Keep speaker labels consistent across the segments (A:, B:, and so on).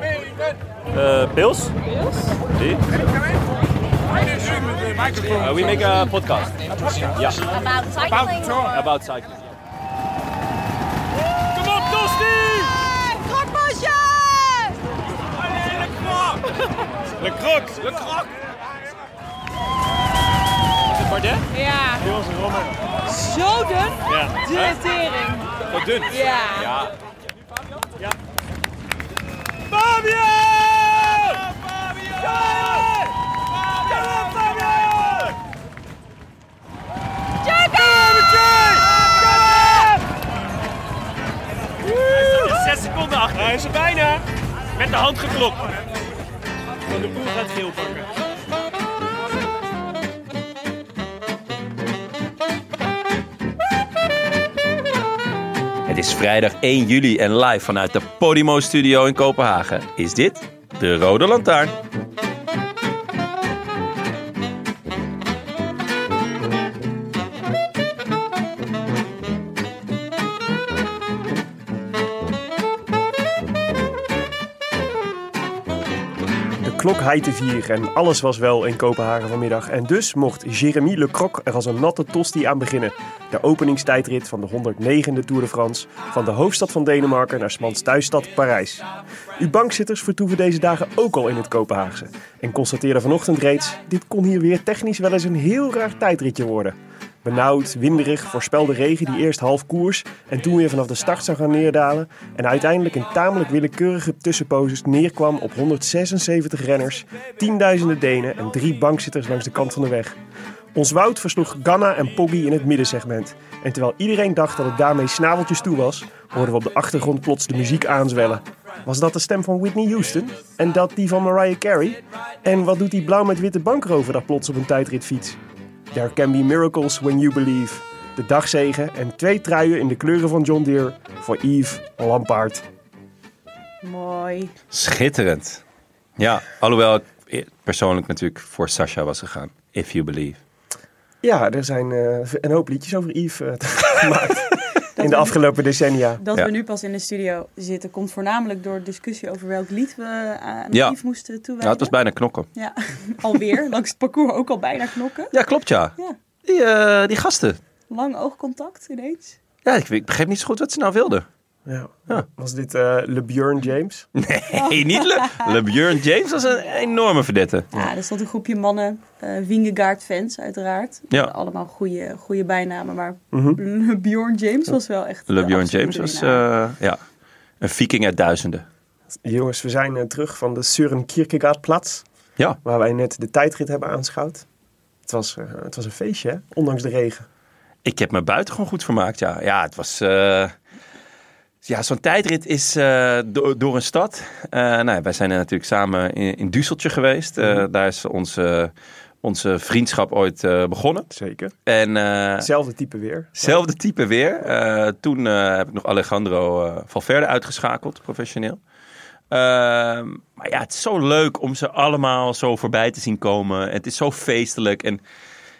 A: Uh, pills? Pills? Uh, we make a podcast. Yeah,
B: About cycling? or-
A: about cycling.
C: Ja. Zo dun. De tering.
A: Wat dun.
C: Ja.
A: Ja. Zes seconden achter. Hij is er bijna. Met de hand geklopt. Van de boer gaat geel pakken.
D: Het is vrijdag 1 juli en live vanuit de Podimo Studio in Kopenhagen is dit de Rode Lantaarn.
E: De klok heette vier en alles was wel in Kopenhagen vanmiddag. En dus mocht Jeremy Le Croc er als een natte tosti aan beginnen. De openingstijdrit van de 109e Tour de France. Van de hoofdstad van Denemarken naar Smans thuisstad Parijs. Uw bankzitters vertoeven deze dagen ook al in het Kopenhaagse. En constateren vanochtend reeds, dit kon hier weer technisch wel eens een heel raar tijdritje worden. Benauwd, winderig, voorspelde regen die eerst half koers en toen weer vanaf de start zou gaan neerdalen. En uiteindelijk in tamelijk willekeurige tussenposes neerkwam op 176 renners, tienduizenden Denen en drie bankzitters langs de kant van de weg. Ons Wout versloeg Ganna en Poggi in het middensegment. En terwijl iedereen dacht dat het daarmee snaveltjes toe was, hoorden we op de achtergrond plots de muziek aanzwellen. Was dat de stem van Whitney Houston? En dat die van Mariah Carey? En wat doet die blauw met witte bankrover daar plots op een tijdritfiets? There can be miracles when you believe. De dagzegen en twee truien in de kleuren van John Deere voor Yves Lampaard.
C: Mooi.
D: Schitterend. Ja, alhoewel ik e- persoonlijk natuurlijk voor Sasha was gegaan. If you believe.
E: Ja, er zijn eh, een hoop liedjes over Yves eh, gemaakt in de afgelopen decennia.
C: Dat
D: Ja.
C: we nu pas in de studio zitten komt voornamelijk door discussie over welk lied we eh, aan
D: Ja.
C: Yves moesten
D: Nou, het
C: toewijden.
D: was bijna knokken.
C: Ja, alweer. Langs het parcours ook al bijna knokken.
D: Ja, klopt ja.
C: Ja.
D: Die, eh, die gasten.
C: Lang oogcontact ineens.
D: Ja, ik, ik begreep niet zo goed wat ze nou wilden.
E: Ja. Was dit eh LeBjörn James?
D: Nee, niet Le, LeBjörn James was een enorme verdette.
C: Ja, er stond een groepje mannen, eh Wingegaard fans uiteraard.
D: Ja.
C: Allemaal goede, goede bijnamen, maar Bjorn James was wel echt de
D: LeBjörn
C: absolute
D: James was
C: winnaar.
D: eh, ja, een viking uit duizenden.
E: Jongens, we zijn eh, terug van de Søren Kierkegaardplatz,
D: Ja,
E: waar wij net de tijdrit hebben aanschouwd. Het was, eh, het was een feestje, hè? ondanks de regen.
D: ik heb me buitengewoon goed vermaakt. Ja, ja het was... eh, ja, zo'n tijdrit is eh, do- door een stad. Eh, nou, ja, wij zijn er natuurlijk samen in, in Düsseltje geweest. Eh, Daar is onze, onze vriendschap ooit eh, begonnen.
E: Zeker.
D: En, eh,
E: Hetzelfde type weer.
D: Zelfde type weer. Eh, toen eh, heb ik nog Alejandro eh, Valverde uitgeschakeld, professioneel. Ehm, maar ja, het is zo leuk om ze allemaal zo voorbij te zien komen. Het is zo feestelijk. En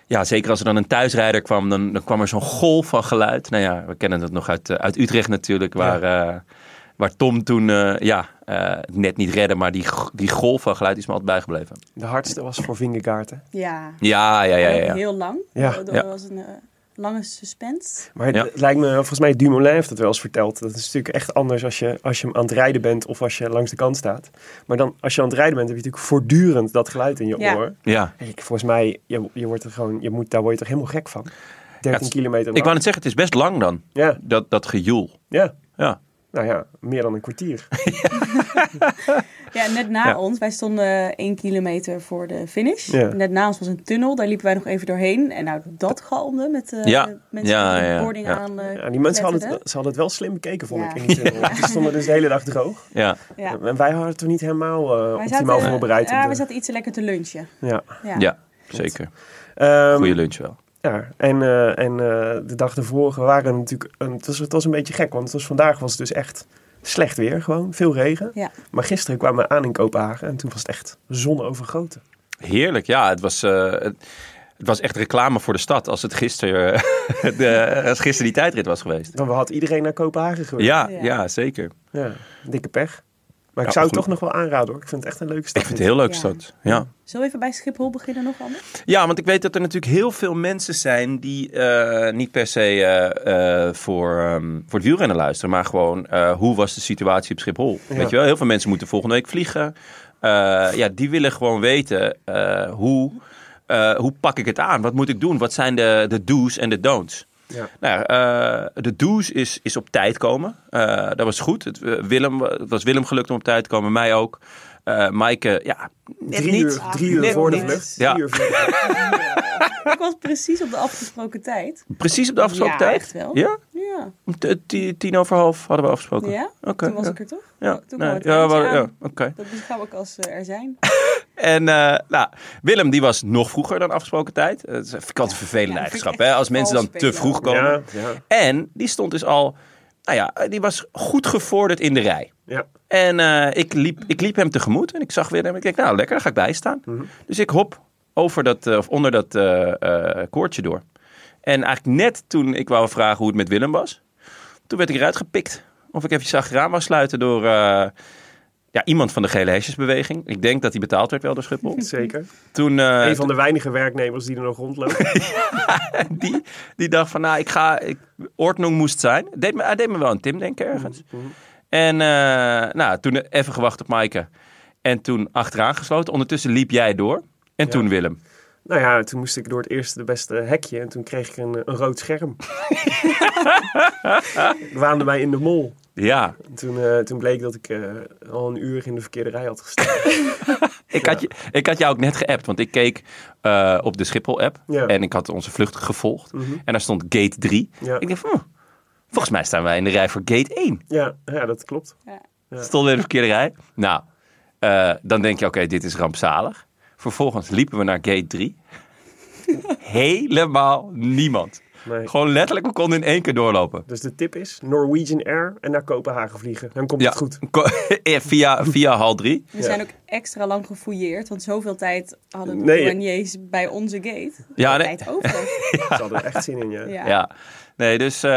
D: ja, zeker als er dan een thuisrijder kwam, dan, dan kwam er zo'n golf van geluid. Nou ja, we kennen dat nog uit, eh, uit Utrecht natuurlijk, waar, eh, waar Tom toen eh, ja, eh, het net niet redde. Maar die, g- die golf van geluid is me altijd bijgebleven.
E: De hardste was voor Vingegaard, hè?
C: Ja,
D: eh, Ja, ja, ja, ja. ja.
C: heel lang.
E: Ja.
C: Dat
D: Ja.
C: was een, eh, lange suspense.
E: Maar het
D: Ja.
E: het lijkt me, volgens mij Dumoulin heeft dat wel eens verteld. Dat is natuurlijk echt anders als je, als je hem aan het rijden bent of als je langs de kant staat. Maar dan, als je aan het rijden bent, heb je natuurlijk voortdurend dat geluid in je
C: Ja.
E: oor.
D: Ja.
E: Ik- Volgens mij, je, je wordt er gewoon, je moet, daar word je toch helemaal gek van. 13
D: het-
E: kilometer.
D: Ik
E: lang.
D: wou net zeggen, het is best lang dan,
E: Ja,
D: dat, dat gejoel.
E: ja.
D: Ja.
E: Nou ja, meer dan een kwartier.
C: Ja, net na
D: Ja.
C: ons. Wij stonden één kilometer voor de finish.
E: Ja.
C: Net na ons was een tunnel. Daar liepen wij nog even doorheen. En nou, dat galmde met eh,
D: Ja.
C: mensen
D: Ja,
C: die de
D: ja,
C: boarding
D: ja.
C: aan eh,
E: Ja, die mensen hadden
C: kletterden.
E: het, ze hadden het wel slim bekeken, vond
C: Ja.
E: ik. In die tunnel. Ze stonden dus de hele dag droog.
D: Ja.
C: Ja.
E: En wij hadden het toch niet helemaal eh,
C: Wij
E: optimaal
C: zaten-
E: voorbereid.
C: Ja,
E: op
C: we
E: de-
C: zaten iets te lekker te lunchen.
E: ja.
C: Ja.
D: Ja, zeker.
E: Ehm,
D: Goede lunch wel.
E: Ja, en, eh, en eh, de dag ervoor waren we natuurlijk. een- het, was, het was een beetje gek, want het was, vandaag was het dus echt slecht weer, gewoon veel regen.
C: Ja.
E: Maar gisteren kwamen we aan in Kopenhagen en toen was het echt zonovergoten.
D: Heerlijk, ja. Het was, eh, het, het was echt reclame voor de stad als het gisteren, eh, de, als gisteren die tijdrit was geweest.
E: Dan had iedereen naar Kopenhagen gewild.
D: Ja,
C: Ja.
D: ja. zeker.
E: Ja, dikke pech. Maar
D: Ja,
E: ik zou het
D: goed.
E: toch nog wel aanraden hoor. Ik vind het echt een leuke stad.
D: Ik vind het heel leuk,
C: Ja.
D: stad. Ja.
C: Zullen we even bij Schiphol beginnen nog, Anders?
D: Ja, want ik weet dat er natuurlijk heel veel mensen zijn die eh, niet per se eh, eh, voor, ehm, voor het wielrennen luisteren, maar gewoon eh, hoe was de situatie op Schiphol? Weet je wel, heel veel mensen moeten volgende week vliegen. Eh, ja, die willen gewoon weten eh, hoe, eh, hoe pak ik het aan? Wat moet ik doen? Wat zijn de, de do's en de don'ts?
E: Ja.
D: Nou, ja, eh, de do's is, is op tijd komen. Eh, dat was goed. Het, eh, Willem, het was Willem gelukt om op tijd te komen, mij ook. Eh Maaike, ja, net
E: Drie
D: niet.
E: uur, drie uur
D: Net
E: voor de
D: niet.
E: vlucht.
D: Ja.
E: Drie uur voor de vlucht.
C: Ik was precies op de afgesproken tijd.
D: Precies op de afgesproken
C: Ja,
D: tijd?
C: echt wel.
D: Ja?
C: Ja.
D: Om t- ti- Tien over half hadden we afgesproken.
C: Ja?
D: Oké,
C: Toen was
D: ja.
C: ik er toch?
D: Ja,
C: Toen
D: nee,
C: kwam het
D: ja,
C: eindje
D: we hadden-
C: aan.
D: ja, oké.
C: Dat beschouw ik als eh, er zijn.
D: En eh, nou, Willem die was nog vroeger dan afgesproken tijd. Eh, Dat is vind ik altijd een vervelende
C: Ja, dat vind ik
D: eigenschap. Hè?
C: echt
D: Als mensen dan
C: vals
D: te
C: spelen.
D: vroeg komen.
E: Ja, ja,
D: En die stond dus al, nou ja, die was goed gevorderd in de rij.
E: ja.
D: En eh, ik, liep, ik liep hem tegemoet en ik zag Willem. Ik denk, nou lekker, daar ga ik bij staan. Dus ik hop over dat, eh, of onder dat eh, eh, koordje door. En eigenlijk net toen ik wou vragen hoe het met Willem was, toen werd ik eruit gepikt. Of ik even zag raam wou sluiten door eh, ja, iemand van de gele hesjesbeweging. Ik denk dat hij betaald werd wel door Schiphol.
E: Zeker.
D: Toen, eh,
E: een van de weinige werknemers die er nog rondlopen.
D: die, die dacht van, nou, ik ga, ik, ordnung moest zijn. Deed me, hij deed me wel een Tim denken ergens.
E: Mhm,
D: En eh, nou, toen even gewacht op Maaike. En toen achteraan gesloten. Ondertussen liep jij door. En toen Willem.
E: nou ja, toen moest ik door het eerste de beste hekje en toen kreeg ik een, eh, een rood scherm. ik waande mij in de mol.
D: Ja,
E: En Toen, eh, toen bleek dat ik eh, al een uur in de verkeerde rij had gestaan.
D: ik, Had je, ik had jou ook net geappt. Want ik keek eh, op de Schiphol-app.
E: Ja. Mhm.
D: En ik had onze vlucht gevolgd. En daar stond gate 3.
E: Ja.
D: Ik dacht, hm, volgens mij staan wij in de rij voor gate 1.
E: ja, ja, dat klopt.
D: Stonden in de verkeerde rij. Nou, eh, dan denk je, oké, dit is rampzalig. Vervolgens liepen we naar gate 3. Helemaal niemand.
E: Nee.
D: Gewoon letterlijk, we konden in één keer doorlopen.
E: Dus de tip is Norwegian Air en naar Kopenhagen vliegen. Dan komt het goed.
D: ko- ja, via, via hal 3.
C: We zijn ook extra lang gefouilleerd, want zoveel tijd hadden de
E: Nee.
C: douaniers bij onze gate.
D: Ja, nee.
C: tijd over.
E: Ze hadden er echt zin in, ja.
C: Ja.
D: Ja. Nee, dus eh,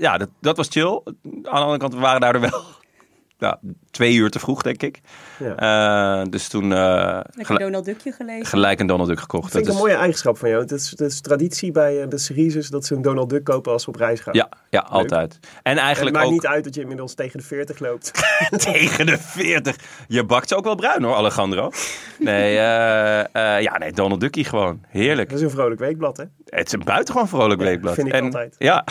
D: ja, dat, dat was chill. Aan de andere kant, we waren daardoor wel nou, twee uur te vroeg, denk ik.
E: Ja.
D: Eh, dus toen eh,
C: Lekker
D: gel-
C: Donald Duckje gelezen.
D: gelijk een Donald Duck gekocht.
E: Dat vind ik
D: Dat
E: een
D: is-
E: mooie eigenschap van jou. Dat is, dat is traditie bij eh, de Syriërs dat ze een Donald Duck kopen als ze op reis gaan.
D: Ja, ja altijd. En
E: het
D: eigenlijk
E: maakt
D: ook...
E: niet uit dat je inmiddels tegen de 40 loopt.
D: Tegen de 40. Je bakt ze ook wel bruin hoor, Alejandro. Nee, eh, eh, ja, nee, Donald Duckie gewoon. Heerlijk.
E: Dat is een vrolijk weekblad, hè?
D: Het is een buitengewoon vrolijk
E: Ja,
D: weekblad.
E: vind ik
D: en,
E: altijd.
D: Ja.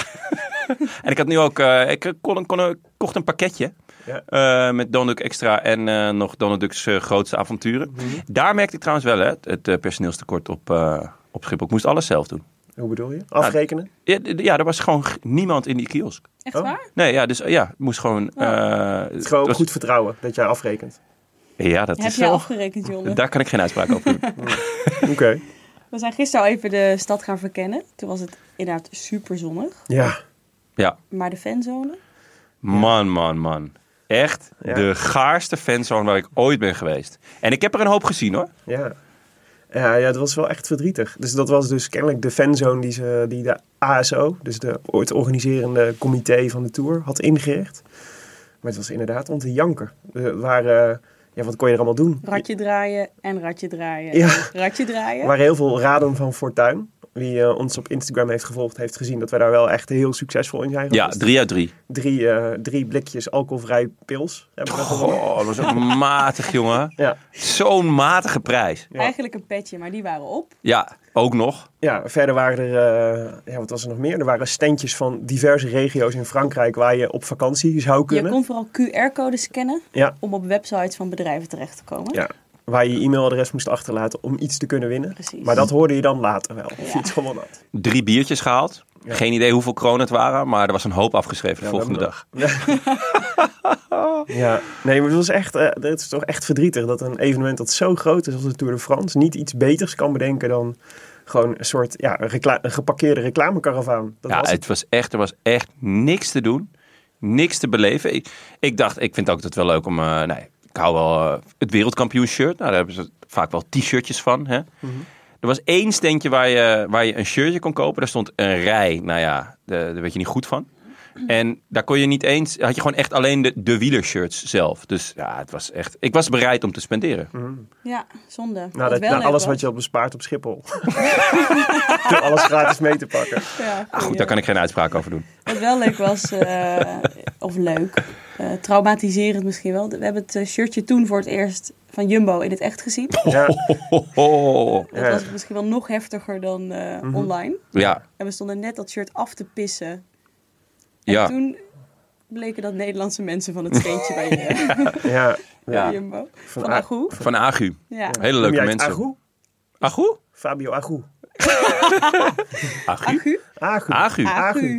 D: en ik had nu ook, eh, ik kon, kon, kocht een pakketje.
E: Ja.
D: eh, met Donald Duck Extra en eh, nog Donald Duck's eh, grootste avonturen.
E: Mhm.
D: Daar merkte ik trouwens wel hè, het, het, eh, personeelstekort op, eh, op Schiphol. Ik moest alles zelf doen.
E: Hoe bedoel je? Afrekenen?
D: Ja, d- ja, er was gewoon g- niemand in die kiosk.
C: Echt
E: Oh.
C: waar?
D: Nee, ja, dus eh, ja, het moest gewoon... eh,
E: Het is
D: het
E: gewoon
D: was-
E: goed vertrouwen dat jij afrekent.
D: Ja, dat
C: Heb
D: is
C: je
D: wel... Oh,
C: afgerekend, Jonne?
D: Daar kan ik geen uitspraak over doen.
E: Oké.
C: We zijn gisteren al even de stad gaan verkennen. Toen was het inderdaad super zonnig.
E: Ja.
D: Ja,
C: Maar de fanzone?
D: Man, man, man. Echt
E: Ja.
D: de gaarste fanzone waar ik ooit ben geweest. En ik heb er een hoop gezien hoor.
E: Ja. Ja, ja, dat was wel echt verdrietig. Dus dat was dus kennelijk de fanzone die, ze, die de ASO, dus de, het organiserende comité van de Tour, had ingericht. Maar het was inderdaad om te janken. Er waren, eh, ja, wat kon je er allemaal doen?
C: Radje draaien en radje draaien.
E: Ja.
C: Radje draaien.
E: Er waren heel veel raden van fortuin Wie eh, ons op Instagram heeft gevolgd, heeft gezien dat wij daar wel echt heel succesvol in zijn
D: Ja,
E: geweest.
D: drie uit drie.
E: drie, eh, drie blikjes alcoholvrij pils hebben we gewonnen.
D: Oh, dat was ook matig, jongen.
E: Ja,
D: Zo'n matige prijs.
E: Ja.
C: Eigenlijk een petje, maar die waren op.
D: Ja, ook nog.
E: ja, verder waren er, eh, ja, wat was er nog meer? Er waren standjes van diverse regio's in Frankrijk waar je op vakantie zou
C: Je
E: kunnen.
C: kon vooral QR-codes scannen
E: Ja.
C: om op websites van bedrijven terecht te komen.
E: Ja. Waar je je e-mailadres moest achterlaten om iets te kunnen winnen.
C: Precies.
E: Maar dat hoorde je dan later wel, of je
C: Ja.
E: iets gewonnen had.
D: Drie biertjes gehaald.
E: Ja.
D: Geen idee hoeveel kronen het waren, maar er was een hoop afgeschreven de
E: Ja,
D: volgende
E: we
D: dag.
E: Ja, nee, maar het, was echt, eh, het is toch echt verdrietig dat een evenement dat zo groot is als de Tour de France niet iets beters kan bedenken dan gewoon een soort ja, een, recla- een geparkeerde reclamekaravaan. Dat
D: Ja,
E: was het.
D: het was echt, er was echt niks te doen. Niks te beleven. Ik, ik dacht, ik vind ook dat wel leuk om... eh, nee, ik hou wel eh, het wereldkampioenshirt. Nou, daar hebben ze vaak wel t-shirtjes van. Hè? Er was één standje waar je, waar je een shirtje kon kopen. Daar stond een rij. Nou ja, de- daar werd je niet goed van. En daar kon je niet eens... Had je gewoon echt alleen de, de wielershirts zelf. Dus ja, het was echt... Ik was bereid om te spenderen.
C: Ja, zonde. Wat
E: Nou, dat,
C: wel
E: nou,
C: leuk
E: alles
C: was.
E: wat je had bespaard op Schiphol. Door alles gratis mee te pakken.
C: Ja,
D: Ah, goed, daar kan ik geen uitspraak over doen.
C: Wat wel leuk was, eh, of leuk, eh, traumatiserend misschien wel. We hebben het eh, shirtje toen voor het eerst van Jumbo in het echt gezien.
D: Oh.
E: Ja,
D: Ho, ho.
C: Dat
E: Ja. Mhm.
C: was misschien wel nog heftiger dan eh, online.
D: Ja,
C: En we stonden net dat shirt af te pissen. En
D: ja.
C: toen bleken dat Nederlandse mensen van het steentje bij eh,
E: ja.
C: bij Jumbo. Van,
E: A-
C: Agu.
D: Van Agu.
C: Ja.
D: Hele
E: Kom je
D: leuke
E: uit
D: mensen.
E: Agu?
D: Agu?
E: Fabio Agu.
D: Agu?
C: Agu.
E: Agu.
D: Agu.
C: Ah. Agu.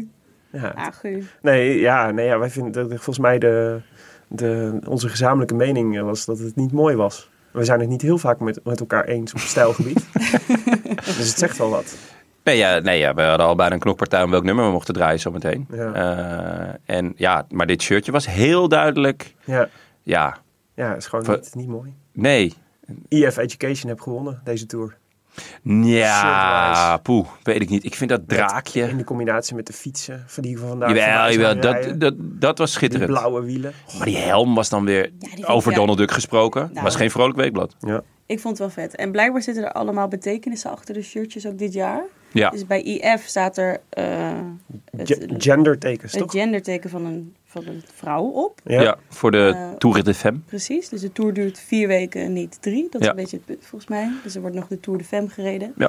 E: Ja.
C: Agu.
E: Nee, ja, nee, ja, wij vinden dat- volgens mij de, de, onze gezamenlijke mening eh, was dat het niet mooi was. We zijn het niet heel vaak met, met elkaar eens op stijlgebied. dus het zegt wel wat.
D: Nee, ja, nee ja, we hadden al bijna een knokpartij om welk nummer we mochten draaien zometeen.
E: Ja.
D: Eh, en ja, maar dit shirtje was heel duidelijk,
E: Ja,
D: ja,
E: ja het is gewoon
D: Wat-
E: niet, niet mooi.
D: nee.
E: EF Education heb gewonnen deze tour.
D: Ja,
E: Shirtwise.
D: poeh, weet ik niet. Ik vind dat
E: In
D: draakje,
E: de combinatie met de fietsen van die van vandaag.
D: jawel,
E: vandaag
D: jawel,
E: gaan rijden.
D: dat, dat, dat was
E: die
D: schitterend.
E: blauwe wielen.
D: Maar die helm was dan weer
C: vind ik
D: over
C: ja.
D: Donald Duck gesproken.
C: Nou.
D: Was geen vrolijk weekblad.
E: Ja.
C: Ik vond het wel vet. En blijkbaar zitten er allemaal betekenissen achter de shirtjes ook dit jaar.
D: Ja,
C: Dus bij IF staat er eh, het,
E: Ge- gendertekens,
C: het
E: toch?
C: genderteken van een, van een vrouw op.
D: ja. voor de
C: Eh,
D: Tour FM.
C: Precies. Dus de Tour duurt vier weken en niet drie. Dat is
D: Ja.
C: een beetje het punt volgens mij. Dus er wordt nog de Tour de Femme gereden.
D: Ja.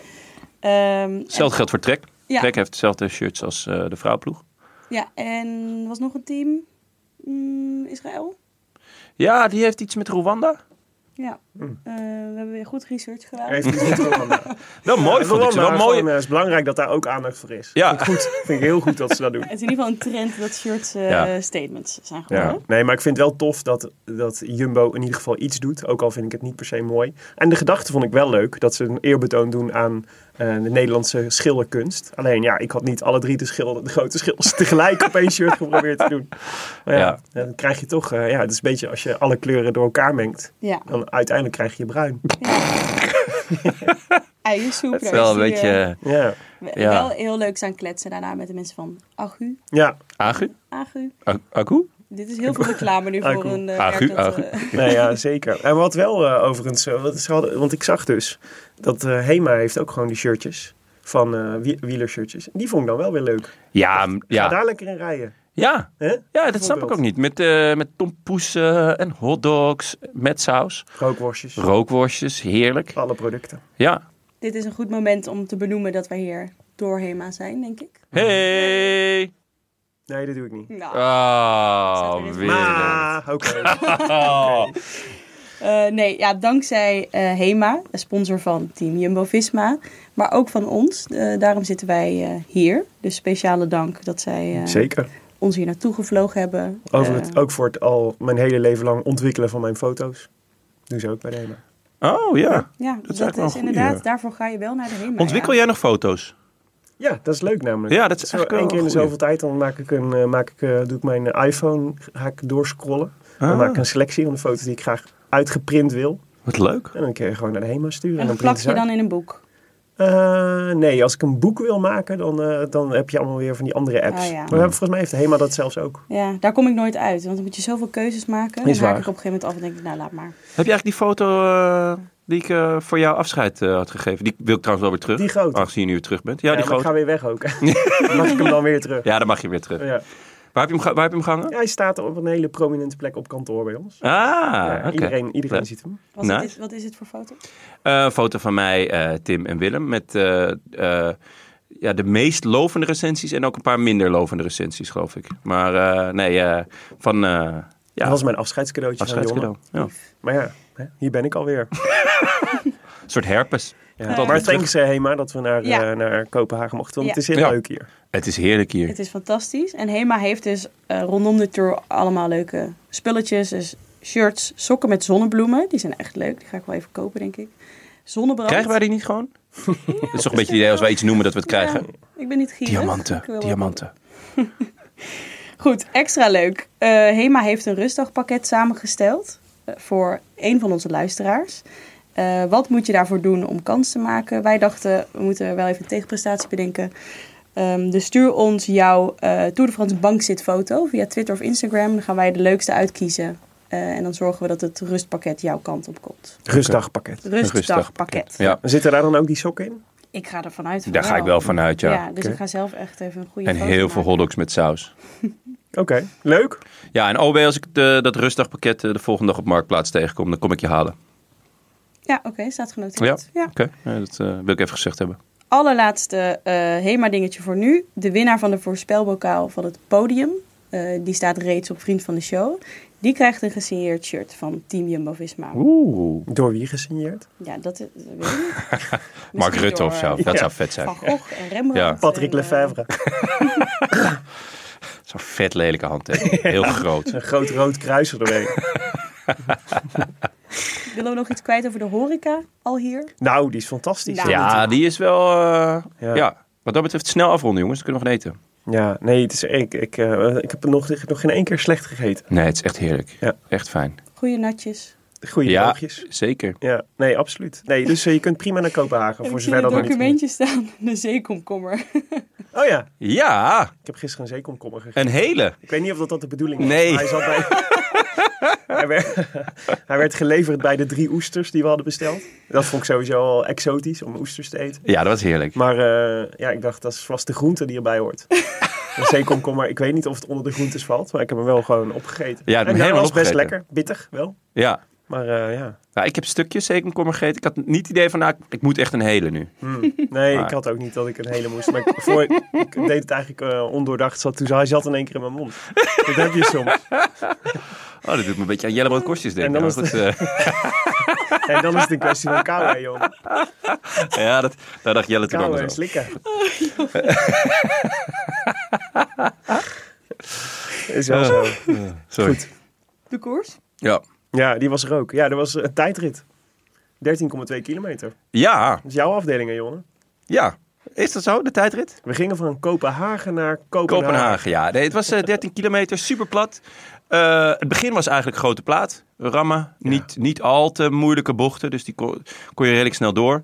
C: Ehm, en-
D: Hetzelfde geldt voor Trek.
C: Ja.
D: Trek heeft hetzelfde shirts als eh, de vrouwploeg.
C: ja, en was nog een team? Mm, Israël?
D: Ja, die heeft iets met Rwanda.
C: Ja. Eh, we hebben weer goed research gedaan.
E: Heeft niet gewonnen.
D: Wel mooi, vond ik ze. Wel mooi.
E: Het eh, is belangrijk dat daar ook aandacht voor is.
D: Ja.
E: Vind ik goed. Vind ik heel goed dat ze dat doen.
C: Het is in ieder geval een trend dat shirts eh,
D: Ja.
C: statements zijn geworden.
E: Ja. Nee, maar ik vind het wel tof dat, dat Jumbo in ieder geval iets doet. Ook al vind ik het niet per se mooi. En de gedachte vond ik wel leuk. Dat ze een eerbetoon doen aan eh, de Nederlandse schilderkunst. Alleen ja, ik had niet alle drie de, schilder, de grote schilders tegelijk op één shirt geprobeerd te doen. Maar ja, dan krijg je toch... eh, ja, het is een beetje als je alle kleuren door elkaar mengt.
C: Ja.
E: Dan uiteindelijk krijg je bruin.
C: Eiersoep.
D: Het is
C: daar
D: wel een
C: die, eh,
D: beetje...
E: Ja,
C: We-
D: Ja.
C: Wel heel leuk zijn kletsen daarna met de mensen van Agu.
E: ja.
D: Agu?
C: Agu.
D: Ag- Agu?
C: Dit is heel veel reclame nu
E: Agu.
C: voor een eh,
D: Agu,
C: merk dat,
D: Agu.
C: eh,
E: Nee, ja, zeker. En wat wel eh, overigens, eh, wat ze hadden, want ik zag dus dat eh, Hema heeft ook gewoon die shirtjes van eh wie- wielershirtjes. Die vond ik dan wel weer leuk.
D: Ja, m-
E: Ga
D: ja.
E: daar lekker in rijden.
D: Ja.
E: Hè?
D: ja, dat snap ik ook niet. Met, eh met tompoesen en hotdogs met saus.
E: Rookworstjes,
D: Rookworstjes, heerlijk.
E: alle producten.
D: Ja.
C: Dit is een goed moment om te benoemen dat wij hier door HEMA zijn, denk ik.
D: Hey!
E: Nee, dat doe ik niet.
C: Nou,
D: Oh, weer. een.
E: Maar, oké.
C: eh, nee, ja, dankzij eh, HEMA, de sponsor van Team Jumbo-Visma, maar ook van ons. Eh, daarom zitten wij eh, hier. Dus speciale dank dat zij eh,
E: Zeker.
C: ons hier naartoe gevlogen hebben.
E: Over
C: Eh,
E: het, ook voor het al mijn hele leven lang ontwikkelen van mijn foto's. Doen ze ook bij de Hema.
D: Oh, ja.
C: Ja, dat,
D: eigenlijk wel
C: is
D: een goeie.
C: inderdaad, daarvoor ga je wel naar de HEMA.
D: Ontwikkel
C: ja.
D: jij nog foto's?
E: Ja, dat is leuk namelijk.
D: Ja, dat is
E: Zo
D: eigenlijk wel
E: één keer in de
D: een goeie.
E: zoveel tijd, dan maak ik een, eh, maak ik, eh, doe ik mijn eh, iPhone, ga ik doorscrollen.
D: Ah.
E: Dan maak ik een selectie van de foto's die ik graag uitgeprint wil.
D: Wat leuk.
E: En dan kun je gewoon naar de HEMA sturen.
C: En dat plak
E: printen
C: je
E: ze
C: dan
E: uit.
C: in een boek.
E: Eh, nee, als ik een boek wil maken, dan, eh, dan heb je allemaal weer van die andere apps.
C: Ah, ja.
E: Maar we hebben, volgens mij heeft de HEMA dat zelfs ook.
C: Ja, daar kom ik nooit uit. Want dan moet je zoveel keuzes maken. Dan
E: Is
C: haak
E: waar.
C: ik op een gegeven moment af en denk ik, nou laat maar.
D: Heb je eigenlijk die foto eh, die ik eh, voor jou afscheid eh, had gegeven. Die wil ik trouwens wel weer terug.
E: Die grote?
D: Aangezien je nu weer terug bent. Ah, Ja,
E: Ja,
D: die
E: maar ik
D: grote.
E: ga weer weg ook. Mag ik hem dan weer terug?
D: Ja, dan mag je weer terug.
E: Ja.
D: Waar, heb je hem, ge- waar heb je hem gehangen?
E: Ja, hij staat op een hele prominente plek op kantoor bij ons.
D: Ah,
E: Ja,
D: oké.
E: Iedereen, iedereen
D: Leuk.
E: ziet hem.
C: Was
D: Nice.
C: het dit- wat is het voor foto?
D: Eh, een foto van mij, eh, Tim en Willem met eh, eh, ja, de meest lovende recensies en ook een paar minder lovende recensies, geloof ik. Maar eh, nee, eh, van eh ja,
E: Dat was mijn afscheidscadeautje van Jonne.
D: afscheidscadeau. Ja.
E: Maar ja, hè, hier ben ik alweer.
D: Een soort herpes.
E: Ja.
C: altijd
E: Maar
C: weer
E: thanks eh, Hema dat we naar,
C: Ja.
E: eh, naar Kopenhagen mochten. Want
C: Ja.
E: het is heel
D: Ja.
E: leuk hier.
D: Het is heerlijk hier.
C: Het is fantastisch. En Hema heeft dus eh, rondom de tour allemaal leuke spulletjes. Dus shirts, sokken met zonnebloemen. Die zijn echt leuk. Die ga ik wel even kopen, denk ik. Zonnebrand.
D: Krijgen wij die niet gewoon? Het is toch een beetje het idee als wij iets noemen dat we het krijgen.
C: Ik ben niet gierig. Ik wil
D: Diamanten,
C: wel-
D: diamanten.
C: Goed, extra leuk. Eh, Hema heeft een rustdagpakket samengesteld eh, voor een van onze luisteraars. Eh, wat moet je daarvoor doen om kans te maken? Wij dachten, we moeten wel even een tegenprestatie bedenken. Ehm, dus stuur ons jouw eh Tour de France bankzitfoto via Twitter of Instagram. Dan gaan wij de leukste uitkiezen. Eh, en dan zorgen we dat het rustpakket jouw kant op komt.
E: Rustdagpakket.
C: Rustdagpakket.
D: Ja,
E: Zitten daar dan ook die sokken in?
C: Ik ga ervan uit. van
D: daar ga ik wel van uit, ja.
C: Ja, dus ik ga zelf echt even een goede
D: En
C: foto
D: heel veel
C: maken.
D: hotdogs met saus.
E: Oké, leuk.
D: Ja, en OB, als ik de, dat rustdagpakket eh, de volgende dag op Marktplaats tegenkom, dan kom ik je halen.
C: Ja, oké, staat genoteerd.
D: Ja? Oké, ja, dat eh, wil ik even gezegd hebben.
C: allerlaatste eh HEMA-dingetje voor nu. De winnaar van de voorspelbokaal van het podium. eh, die staat reeds op Vriend van de Show. Die krijgt een gesigneerd shirt van Team Jumbo-Visma.
D: Oeh.
E: Door wie gesigneerd?
C: Ja, dat, is- dat weet ik niet.
D: Mark
C: Misschien
D: Rutte
C: door,
D: of zo.
C: eh,
D: Dat
E: Ja.
D: zou vet zijn.
C: Van Gogh en Rembrandt.
E: Patrick
C: en, eh,
E: Lefevre.
D: Zo'n vet lelijke handtekening. Heel groot.
E: Een groot rood kruis erdoorheen.
C: willen we nog iets kwijt over de horeca al hier?
E: nou, die is fantastisch.
C: Nou.
D: Ja, die is wel... eh,
E: Ja.
D: ja. wat dat betreft snel afronden, jongens. Dan kunnen we gaan eten.
E: Ja, nee, het is, ik, ik, eh, ik heb nog, ik heb nog geen één keer slecht gegeten.
D: Nee, het is echt heerlijk.
E: Ja.
D: Echt fijn.
C: Goeie natjes.
E: Goede
D: ja,
E: boogjes.
D: zeker.
E: Ja, nee, absoluut. Nee, dus eh, je kunt prima naar Kopenhagen,
C: En
E: voor
C: ik zie in
E: zover dat
C: het
E: nog niet...
C: documentje staan, de zeekomkommer.
E: Oh ja,
D: Ja,
E: ik heb gisteren een zeekomkommer gegeten.
D: een hele.
E: Ik weet niet of dat, dat de bedoeling was.
D: Nee.
E: maar Hij, zat bij... hij, werd... hij werd geleverd bij de drie oesters die we hadden besteld. Dat vond ik sowieso al exotisch om oesters te eten.
D: Ja, dat was heerlijk.
E: Maar eh, ja, ik dacht, dat is vast de groente die erbij hoort. Een zeekomkommer, ik weet niet of het onder de groentes valt, maar ik heb hem wel gewoon opgegeten.
D: Ja, ik heb hem
E: en dat
D: helemaal
E: was best
D: opgegeten.
E: lekker, bittig wel.
D: Ja.
E: Maar eh, ja,
D: Nou, ik heb stukjes zeekomkommer gegeten. Ik had niet het idee van, nou, ik- ik moet echt een hele nu.
E: nee,
D: Maar-
E: ik had ook niet dat ik een hele moest. Maar ik, voor, ik deed het eigenlijk eh, ondoordacht, zat, toen hij zat in één keer in mijn mond. Dat heb je soms.
D: Oh, dat doet me een beetje aan Jellebrand Kostjes denken.
E: En dan
D: Maar
E: is
D: goed, eh,
E: En dan is het een kwestie van kou, hè, jongen.
D: eh, ja, dat, daar dacht Jelle toen
E: Kou en
D: anders over.
E: slikken. Is
D: Ah.
E: wel zo.
D: Sorry.
C: De koers?
D: Ja.
E: Ja, die was er ook. Ja, dat was een tijdrit. 13,2 kilometer.
D: ja,
E: Dat is jouw afdeling, hè, jongen.
D: ja. Is dat zo, de tijdrit?
E: We gingen van Kopenhagen naar Kopenhagen.
D: Kopenhagen, ja. Nee, het was eh, 13 kilometer, super plat. het begin was eigenlijk grote plaat. Rammen, niet, niet al te moeilijke bochten, dus die kon, kon je redelijk snel door.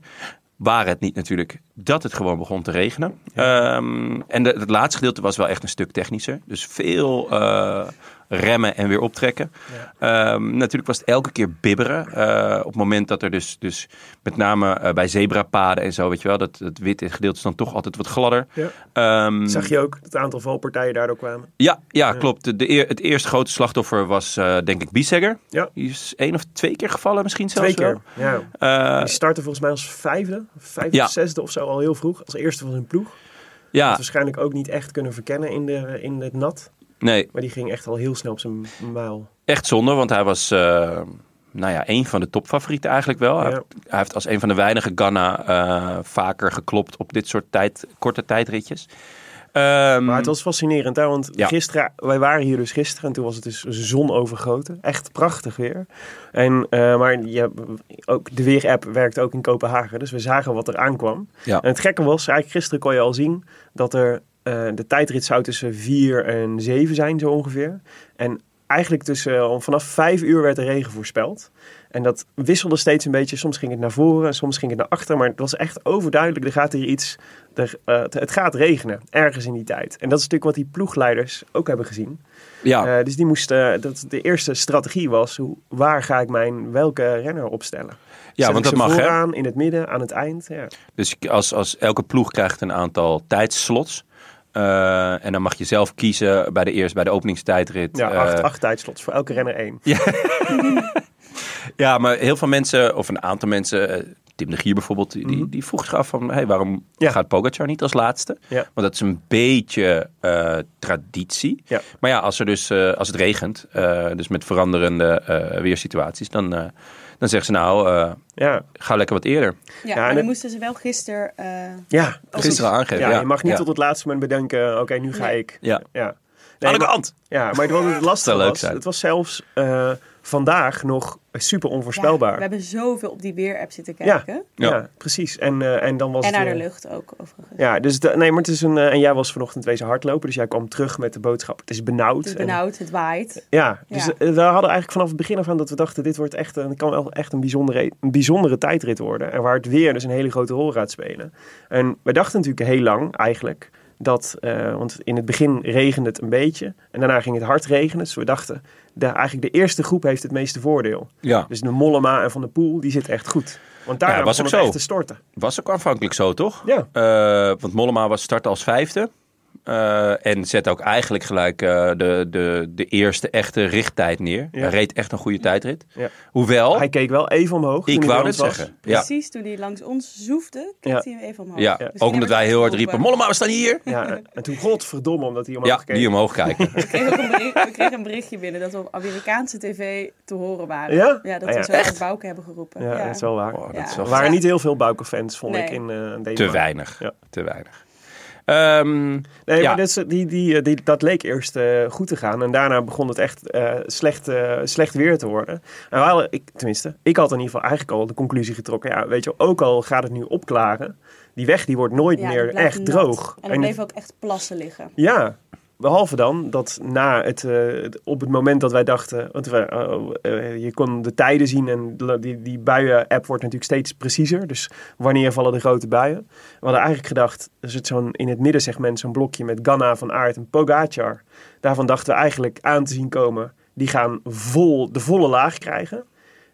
D: Waar het niet natuurlijk dat het gewoon begon te regenen. Ehm, en de, het laatste gedeelte was wel echt een stuk technischer. Dus veel eh, remmen en weer optrekken. Ehm, natuurlijk was het elke keer bibberen. Eh, op het moment dat er dus, dus met name eh, bij zebrapaden en zo, weet je wel, dat, dat witte gedeelte is dan toch altijd wat gladder.
E: Ja.
D: Ehm,
E: Zag je ook dat het aantal valpartijen daardoor kwamen?
D: ja, ja, klopt. De, de eer- het eerste grote slachtoffer was eh, denk ik Biesegger.
E: Ja.
D: Die is één of twee keer gevallen misschien zelfs
E: Twee keer.
D: wel.
E: Ja.
D: Eh,
E: Die startte volgens mij als vijfde, vijfde
D: Ja. Ah.
E: of zesde of zo al heel vroeg. Als eerste van zijn ploeg. Had
D: ja,
E: waarschijnlijk ook niet echt kunnen verkennen in, de, in het nat.
D: nee,
E: Maar die ging echt al heel snel op zijn muil.
D: echt zonde, want hij was... eh nou ja, een van de topfavorieten eigenlijk wel. Hij,
E: Ja.
D: hij heeft als een van de weinige Ghana eh, vaker geklopt op dit soort tijd, korte tijdritjes. Ehm,
E: Maar het was fascinerend, hè? want
D: Ja.
E: gisteren, wij waren hier dus gisteren en toen was het dus zonovergoten. Echt prachtig weer. En, eh, maar je, ook de weerapp werkte ook in Kopenhagen, dus we zagen wat er aankwam.
D: Ja.
E: En het gekke was, eigenlijk gisteren kon je al zien dat er, eh, de tijdrit zou tussen 4 en 7 zijn zo ongeveer. En eigenlijk tussen, eh, om- vanaf vijf uur werd de regen voorspeld. En dat wisselde steeds een beetje. Soms ging het naar voren, soms ging het naar achter. Maar het was echt overduidelijk, er gaat hier iets, er, eh, het- het gaat regenen. Ergens in die tijd. En dat is natuurlijk wat die ploegleiders ook hebben gezien.
F: Ja,
D: Ah.
E: Eh, dus die moest, eh, dat de eerste strategie was, hoe, waar ga ik mijn welke renner opstellen? Zet
D: ja, want
E: ik
D: dat
E: ze
D: mag hè.
E: vooraan, in het midden, aan het eind. Ja.
D: Dus als, als elke ploeg krijgt een aantal tijdslots. Eh, en dan mag je zelf kiezen bij de eerste, bij de openingstijdrit.
E: Ja,
D: eh,
E: acht, acht tijdslots voor elke renner één.
D: ja, maar heel veel mensen, of een aantal mensen, eh, Tim de Gier bijvoorbeeld, die, die, die vroeg zich af van, hey, waarom
E: Mhm. Ja.
D: gaat Pogacar niet als laatste?
E: Ja.
D: Want dat is een beetje eh, traditie.
E: Ja.
D: Maar ja, als, er dus, eh, als het regent, eh, dus met veranderende eh, weersituaties, dan, eh, dan zeggen ze nou, eh,
E: Ja,
D: ga lekker wat eerder.
C: Ja,
E: en
C: maar
E: het-
C: dan moesten ze wel gisteren... eh,
E: ja
D: Gisteren aangeven.
E: Ja,
D: Ja,
E: je mag niet
D: ja.
E: tot het laatste moment bedenken, oké, nu ga
C: Nee.
E: ik.
D: Ja.
E: Ja. Nee,
D: Aan de
E: maar-
D: kant!
E: Ja, maar wat het lastig
D: Zou leuk
E: was,
D: zijn.
E: het was zelfs eh, vandaag nog super
C: ja,
E: onvoorspelbaar.
C: we
E: Ja,
C: hebben zoveel op die weer-app zitten kijken.
D: Ja.
E: precies. En, eh, en dan was
C: En
E: het,
C: naar de
E: eh,
C: lucht ook, overigens.
E: Ja, dus de- nee, maar het is een. eh, en jij was vanochtend wezen hardlopen, dus jij kwam terug met de boodschap. Het is benauwd.
C: Het is
E: En-
C: benauwd, het waait.
E: ja, dus
C: Ja.
E: eh, we hadden eigenlijk vanaf het begin af aan dat we dachten: dit wordt echt een, kan wel echt een bijzondere, een bijzondere tijdrit worden. En waar het weer dus een hele grote rol gaat spelen. En we dachten natuurlijk heel lang eigenlijk dat. eh, want in het begin regende het een beetje. En daarna ging het hard regenen. Dus we dachten: de, eigenlijk de eerste groep heeft het meeste voordeel.
D: Ja.
E: Dus de Mollema en Van de Poel, die zit echt goed. Want daarna
D: Ja, was
E: begon
D: ook
E: het
D: zo.
E: echt te storten.
D: Was ook aanvankelijk zo, toch?
E: Ja.
D: Eh, want Mollema was start als vijfde. Eh, en zette ook eigenlijk gelijk eh, de, de, de eerste echte richttijd neer.
E: Ja.
D: Hij reed echt een goede tijdrit.
E: Ja.
D: Hoewel,
E: Hij keek wel even omhoog. toen
D: ik
E: hij
D: wou
E: bij
D: net
E: ons was.
D: zeggen. Ja,
C: Precies toen hij langs ons zoefde,
E: Ja.
C: keek hij hem even omhoog.
D: ja.
C: Dus
D: ook omdat wij heel hard riepen,
C: molle.
D: Mollema, we staan hier!
E: Ja, en toen, godverdomme, omdat hij omhoog
D: Ja,
E: keek.
D: die omhoog kijken.
C: We kregen, ook een bericht- we kregen een berichtje binnen dat we op Amerikaanse tv te horen waren.
E: Ja?
C: dat
E: Ah, ja.
C: we zo uit Bouke hebben geroepen.
E: Ja, dat is wel waar.
D: Oh, dat is
C: Ja.
D: wel
E: Er waren niet heel veel Bouke-fans, vond
C: Nee.
E: ik, in eh Denemarken.
D: te weinig.
E: Ja.
D: Te weinig. Ehm,
E: Nee,
D: Ja.
E: maar dit is- die, die, eh, die, dat leek eerst eh, goed te gaan. En daarna begon het echt eh, slecht, eh, slecht weer te worden. En we hadden, ik, tenminste, ik had in ieder geval eigenlijk al de conclusie getrokken. Ja, weet je, wel, ook al gaat het nu opklaren. Die weg die wordt nooit
C: Ja,
E: meer
C: het blijft
E: echt
C: nat.
E: droog.
C: En er bleven ook echt plassen liggen.
E: Ja, behalve dan dat na het, eh, het- op het moment dat wij dachten, want we, eh, eh, je kon de tijden zien en de- die, die buien-app wordt natuurlijk steeds preciezer. Dus wanneer vallen de grote buien? We hadden eigenlijk gedacht, er zit zo'n, in het middensegment zo'n blokje met Ganna, Van Aert en Pogacar. Daarvan dachten we eigenlijk aan te zien komen, die gaan vol, de volle laag krijgen.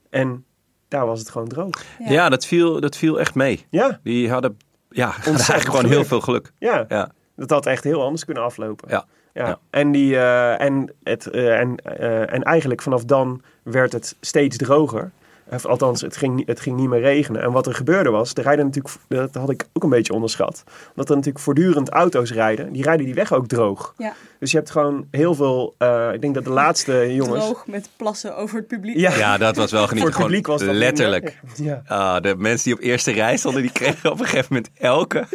E: En daar was het gewoon droog.
D: ja, dat, viel, dat viel echt mee.
E: Ja,
D: Die hadden, ja, hadden eigenlijk gewoon
E: geluk.
D: heel veel geluk.
E: ja.
D: Ja,
E: Dat had echt heel anders kunnen aflopen.
D: ja.
E: Ja.
D: Ja.
E: En, die, eh, en, het, eh, en, eh, en eigenlijk vanaf dan werd het steeds droger. Of althans, het ging, niet- het ging niet meer regenen. En wat er gebeurde was, er rijden natuurlijk, dat had ik ook een beetje onderschat. Dat er natuurlijk voortdurend auto's rijden. Die rijden die weg ook droog.
C: Ja,
E: Dus je hebt gewoon heel veel. eh, ik denk dat de laatste jongens.
C: droog met plassen over het publiek.
E: Ja,
D: ja, dat was wel
E: voor
D: genieten.
E: het publiek was
D: Gewoon
E: dat minder.
D: letterlijk.
E: Ja.
D: Ah, de mensen die op eerste rij stonden, die kregen op een gegeven moment elke.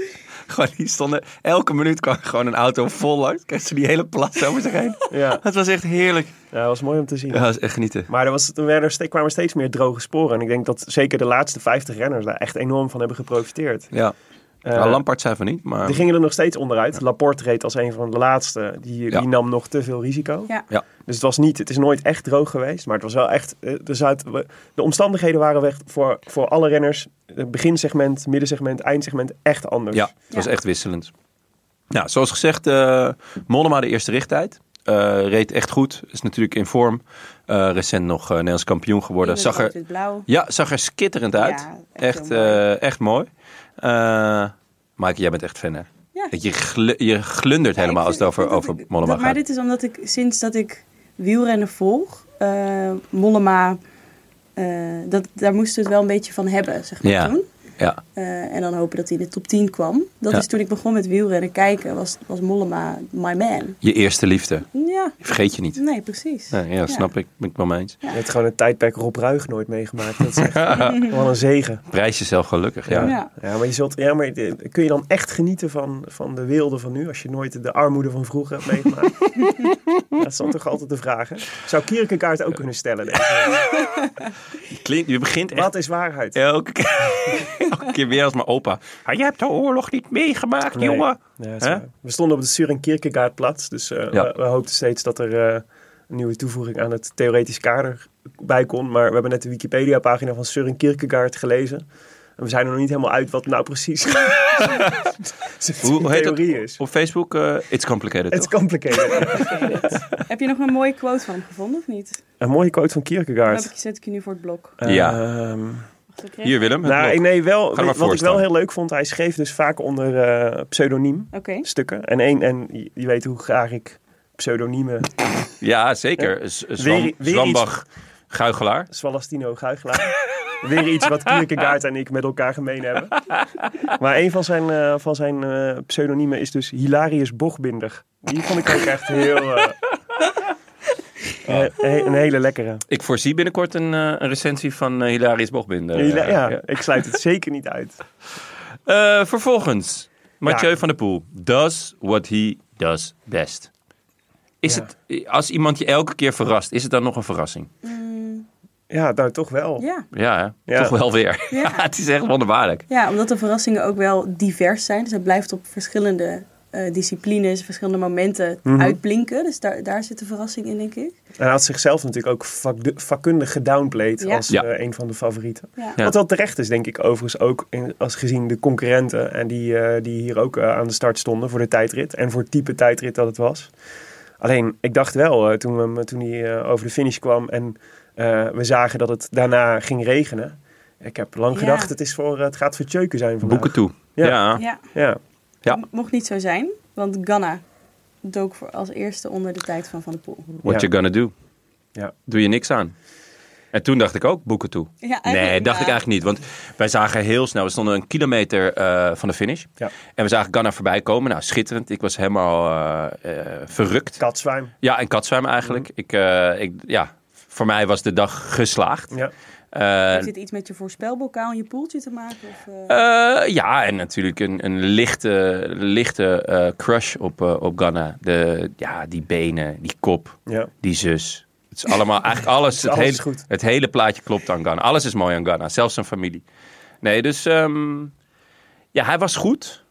D: Gewoon, die stonden, elke minuut kwam gewoon een auto vol langs. Kregen ze die hele plas over zich heen.
E: Ja.
D: Dat was echt heerlijk.
E: ja, dat was mooi om te zien.
D: Ja, dat is echt genieten.
E: Maar er, was, er, werden er ste- kwamen steeds meer droge sporen. En ik denk dat zeker de laatste 50 renners daar echt enorm van hebben geprofiteerd.
D: Ja.
E: Eh,
D: nou, Lampard zei van niet, maar
E: Die gingen er nog steeds onderuit. Laporte reed als een van de laatste. Die,
D: Ja.
E: die nam nog te veel risico.
C: Ja.
D: Ja.
E: Dus het, was niet, het is nooit echt droog geweest. Maar het was wel echt... eh, De, Zuid, we- de omstandigheden waren echt voor, voor alle renners... het beginsegment, middensegment, eindsegment echt anders.
D: ja, het was
C: Ja.
D: echt wisselend. Nou, zoals gezegd, eh Mollema de eerste richttijd. Eh, reed echt goed. Is natuurlijk in vorm. Eh, recent nog eh, Nederlands kampioen geworden.
C: Zag
D: Zag er,
C: het blauw.
D: ja, zag er skitterend uit.
C: Ja, echt
D: echt,
C: heel mooi.
D: eh, echt mooi. Eh Mike, jij bent echt fan hè?
C: Ja.
D: Dat Je, glu- je glundert
C: Ja,
D: helemaal
C: ik
D: als het
C: vind-
D: over,
C: dat-
D: over
C: dat-
D: Mollema
C: dat- Maar
D: gaat.
C: dit is omdat ik sinds dat ik wielrennen volg, eh, Mollema, eh, dat, daar moesten we het wel een beetje van hebben, zeg maar
D: Ja.
C: toen.
D: Ja,
C: Eh, en dan hopen dat hij in de top 10 kwam. Dat
D: Ja.
C: is toen ik begon met wielrennen kijken, was, was Mollema my man.
D: je eerste liefde.
C: Ja,
D: Die vergeet je niet.
C: nee, precies.
D: Nee, ja, snap ik. Ben ik wel mee eens.
E: Je hebt gewoon het tijdperk Rob Ruig nooit meegemaakt. Dat is echt wel een zegen.
D: Prijs jezelf gelukkig, ja.
C: Ja.
D: ja.
E: Ja, maar, je zult, ja, maar de- kun je dan echt genieten van, van de weelde van nu... als je nooit de armoede van vroeger hebt meegemaakt? dat is dan toch altijd de vraag, hè? Zou Kierkegaard ook kunnen stellen? denk ik.
D: je begint echt
E: Wat is waarheid?
D: elke keer, elke keer weer als mijn opa. Ah, jij hebt de oorlog niet meegemaakt,
E: Nee.
D: jongen.
E: Ja, dat is
D: Hè?
E: waar. We stonden op de Surin Kierkegaardplatz, dus eh,
D: Ja.
E: we, we hoopten steeds dat er eh, een nieuwe toevoeging aan het theoretisch kader bij kon. Maar we hebben net de Wikipedia-pagina van Søren Kierkegaard gelezen. En we zijn er nog niet helemaal uit wat nou precies
D: Hoe
E: zijn
D: heet
E: theorie
D: het
E: is.
D: op Facebook? eh, it's complicated,
E: It's
D: toch?
E: complicated.
C: Heb je nog een mooie quote van hem gevonden of niet?
E: een mooie quote van
C: Dan
E: Kierkegaard.
C: heb ik, zet ik je nu voor het blok.
D: Ja.
E: Ehm,
C: Wacht, ik kreeg-
D: Hier, Willem. het
E: nou,
D: blok.
E: nee, wel,
D: maar
E: wat ik wel
D: voorstellen.
E: heel leuk vond, hij schreef dus vaak onder eh, pseudoniem
C: Oké.
E: stukken. En, één, en je- je weet hoe graag ik pseudoniemen
D: Ja, zeker. Z- Zwam,
E: Weer- weer
D: Zwambach, Guigelaar.
E: Swalastino Guigelaar. Weer iets wat Kierkegaard en ik met elkaar gemeen hebben. Maar een van zijn, eh, van zijn eh, pseudoniemen is dus Hilarius Bochbinder. Die vond ik ook echt heel... eh, eh, he- een hele lekkere.
D: Ik voorzie binnenkort een, eh, een recensie van eh, Hilarius Bochbinder.
E: Hila-
D: Eh,
E: ja, ik sluit het zeker niet uit.
D: Eh, vervolgens, Mathieu
E: Ja.
D: van der Poel. Does what he does best. Is
E: Ja.
D: het, als iemand je elke keer verrast, is het dan nog een verrassing?
E: Ja, nou toch wel.
C: Ja.
D: Ja, hè?
E: Ja.
D: toch wel weer.
C: Ja.
D: Ja, het is echt wonderbaarlijk.
C: ja, omdat de verrassingen ook wel divers zijn. Dus het blijft op verschillende eh, disciplines, verschillende momenten
D: Mhm.
C: uitblinken. Dus daar, daar zit de verrassing in, denk ik.
E: En hij had zichzelf natuurlijk ook vakde- vakkundig gedownplayed
C: Ja.
E: als
D: Ja.
E: eh, een van de favorieten.
C: Ja.
D: Ja.
E: Wat wel terecht is, denk ik overigens ook in- als gezien de concurrenten en die, eh, die hier ook eh, aan de start stonden voor de tijdrit en voor het type tijdrit dat het was. Alleen, ik dacht wel eh, toen, we, hem- toen hij eh, over de finish kwam en eh, we zagen dat het daarna ging regenen. Ik heb lang
C: Ja.
E: gedacht, het, is voor, eh, het gaat voor Tjeuken zijn vandaag.
D: Boeken toe. Ja.
E: Ja.
C: Ja.
E: Ja,
D: Ja.
C: M- mocht niet zo zijn, want Ghana dook voor als eerste onder de tijd van Van der Poel.
D: What
E: Ja.
D: you gonna do?
E: Ja.
D: Doe je niks aan. En toen dacht ik ook, boeken toe.
C: Ja, eigenlijk,
D: Nee, dacht
C: ja.
D: ik eigenlijk niet. Want wij zagen heel snel, we stonden een kilometer eh, van de finish.
E: Ja.
D: En we zagen Ganna voorbij komen. Nou, schitterend. Ik was helemaal eh, eh, verrukt.
E: katzwijn.
D: Ja, en katzwem eigenlijk. ik, eh, ik, ja, voor mij was de dag geslaagd.
E: Ja.
D: Eh,
C: Heeft dit iets met je voorspelbokaal en je poeltje te maken? Of, eh?
D: Eh, ja, en natuurlijk een, een lichte, lichte eh, crush op, eh, op Ghana. De, ja, die benen, die kop,
E: Ja.
D: die zus. Het is allemaal, eigenlijk alles. Het,
E: alles
D: hele,
E: is goed.
D: het hele plaatje klopt aan Ghana. Alles is mooi aan Ghana, zelfs zijn familie. Nee, dus ehm, ja, hij was goed.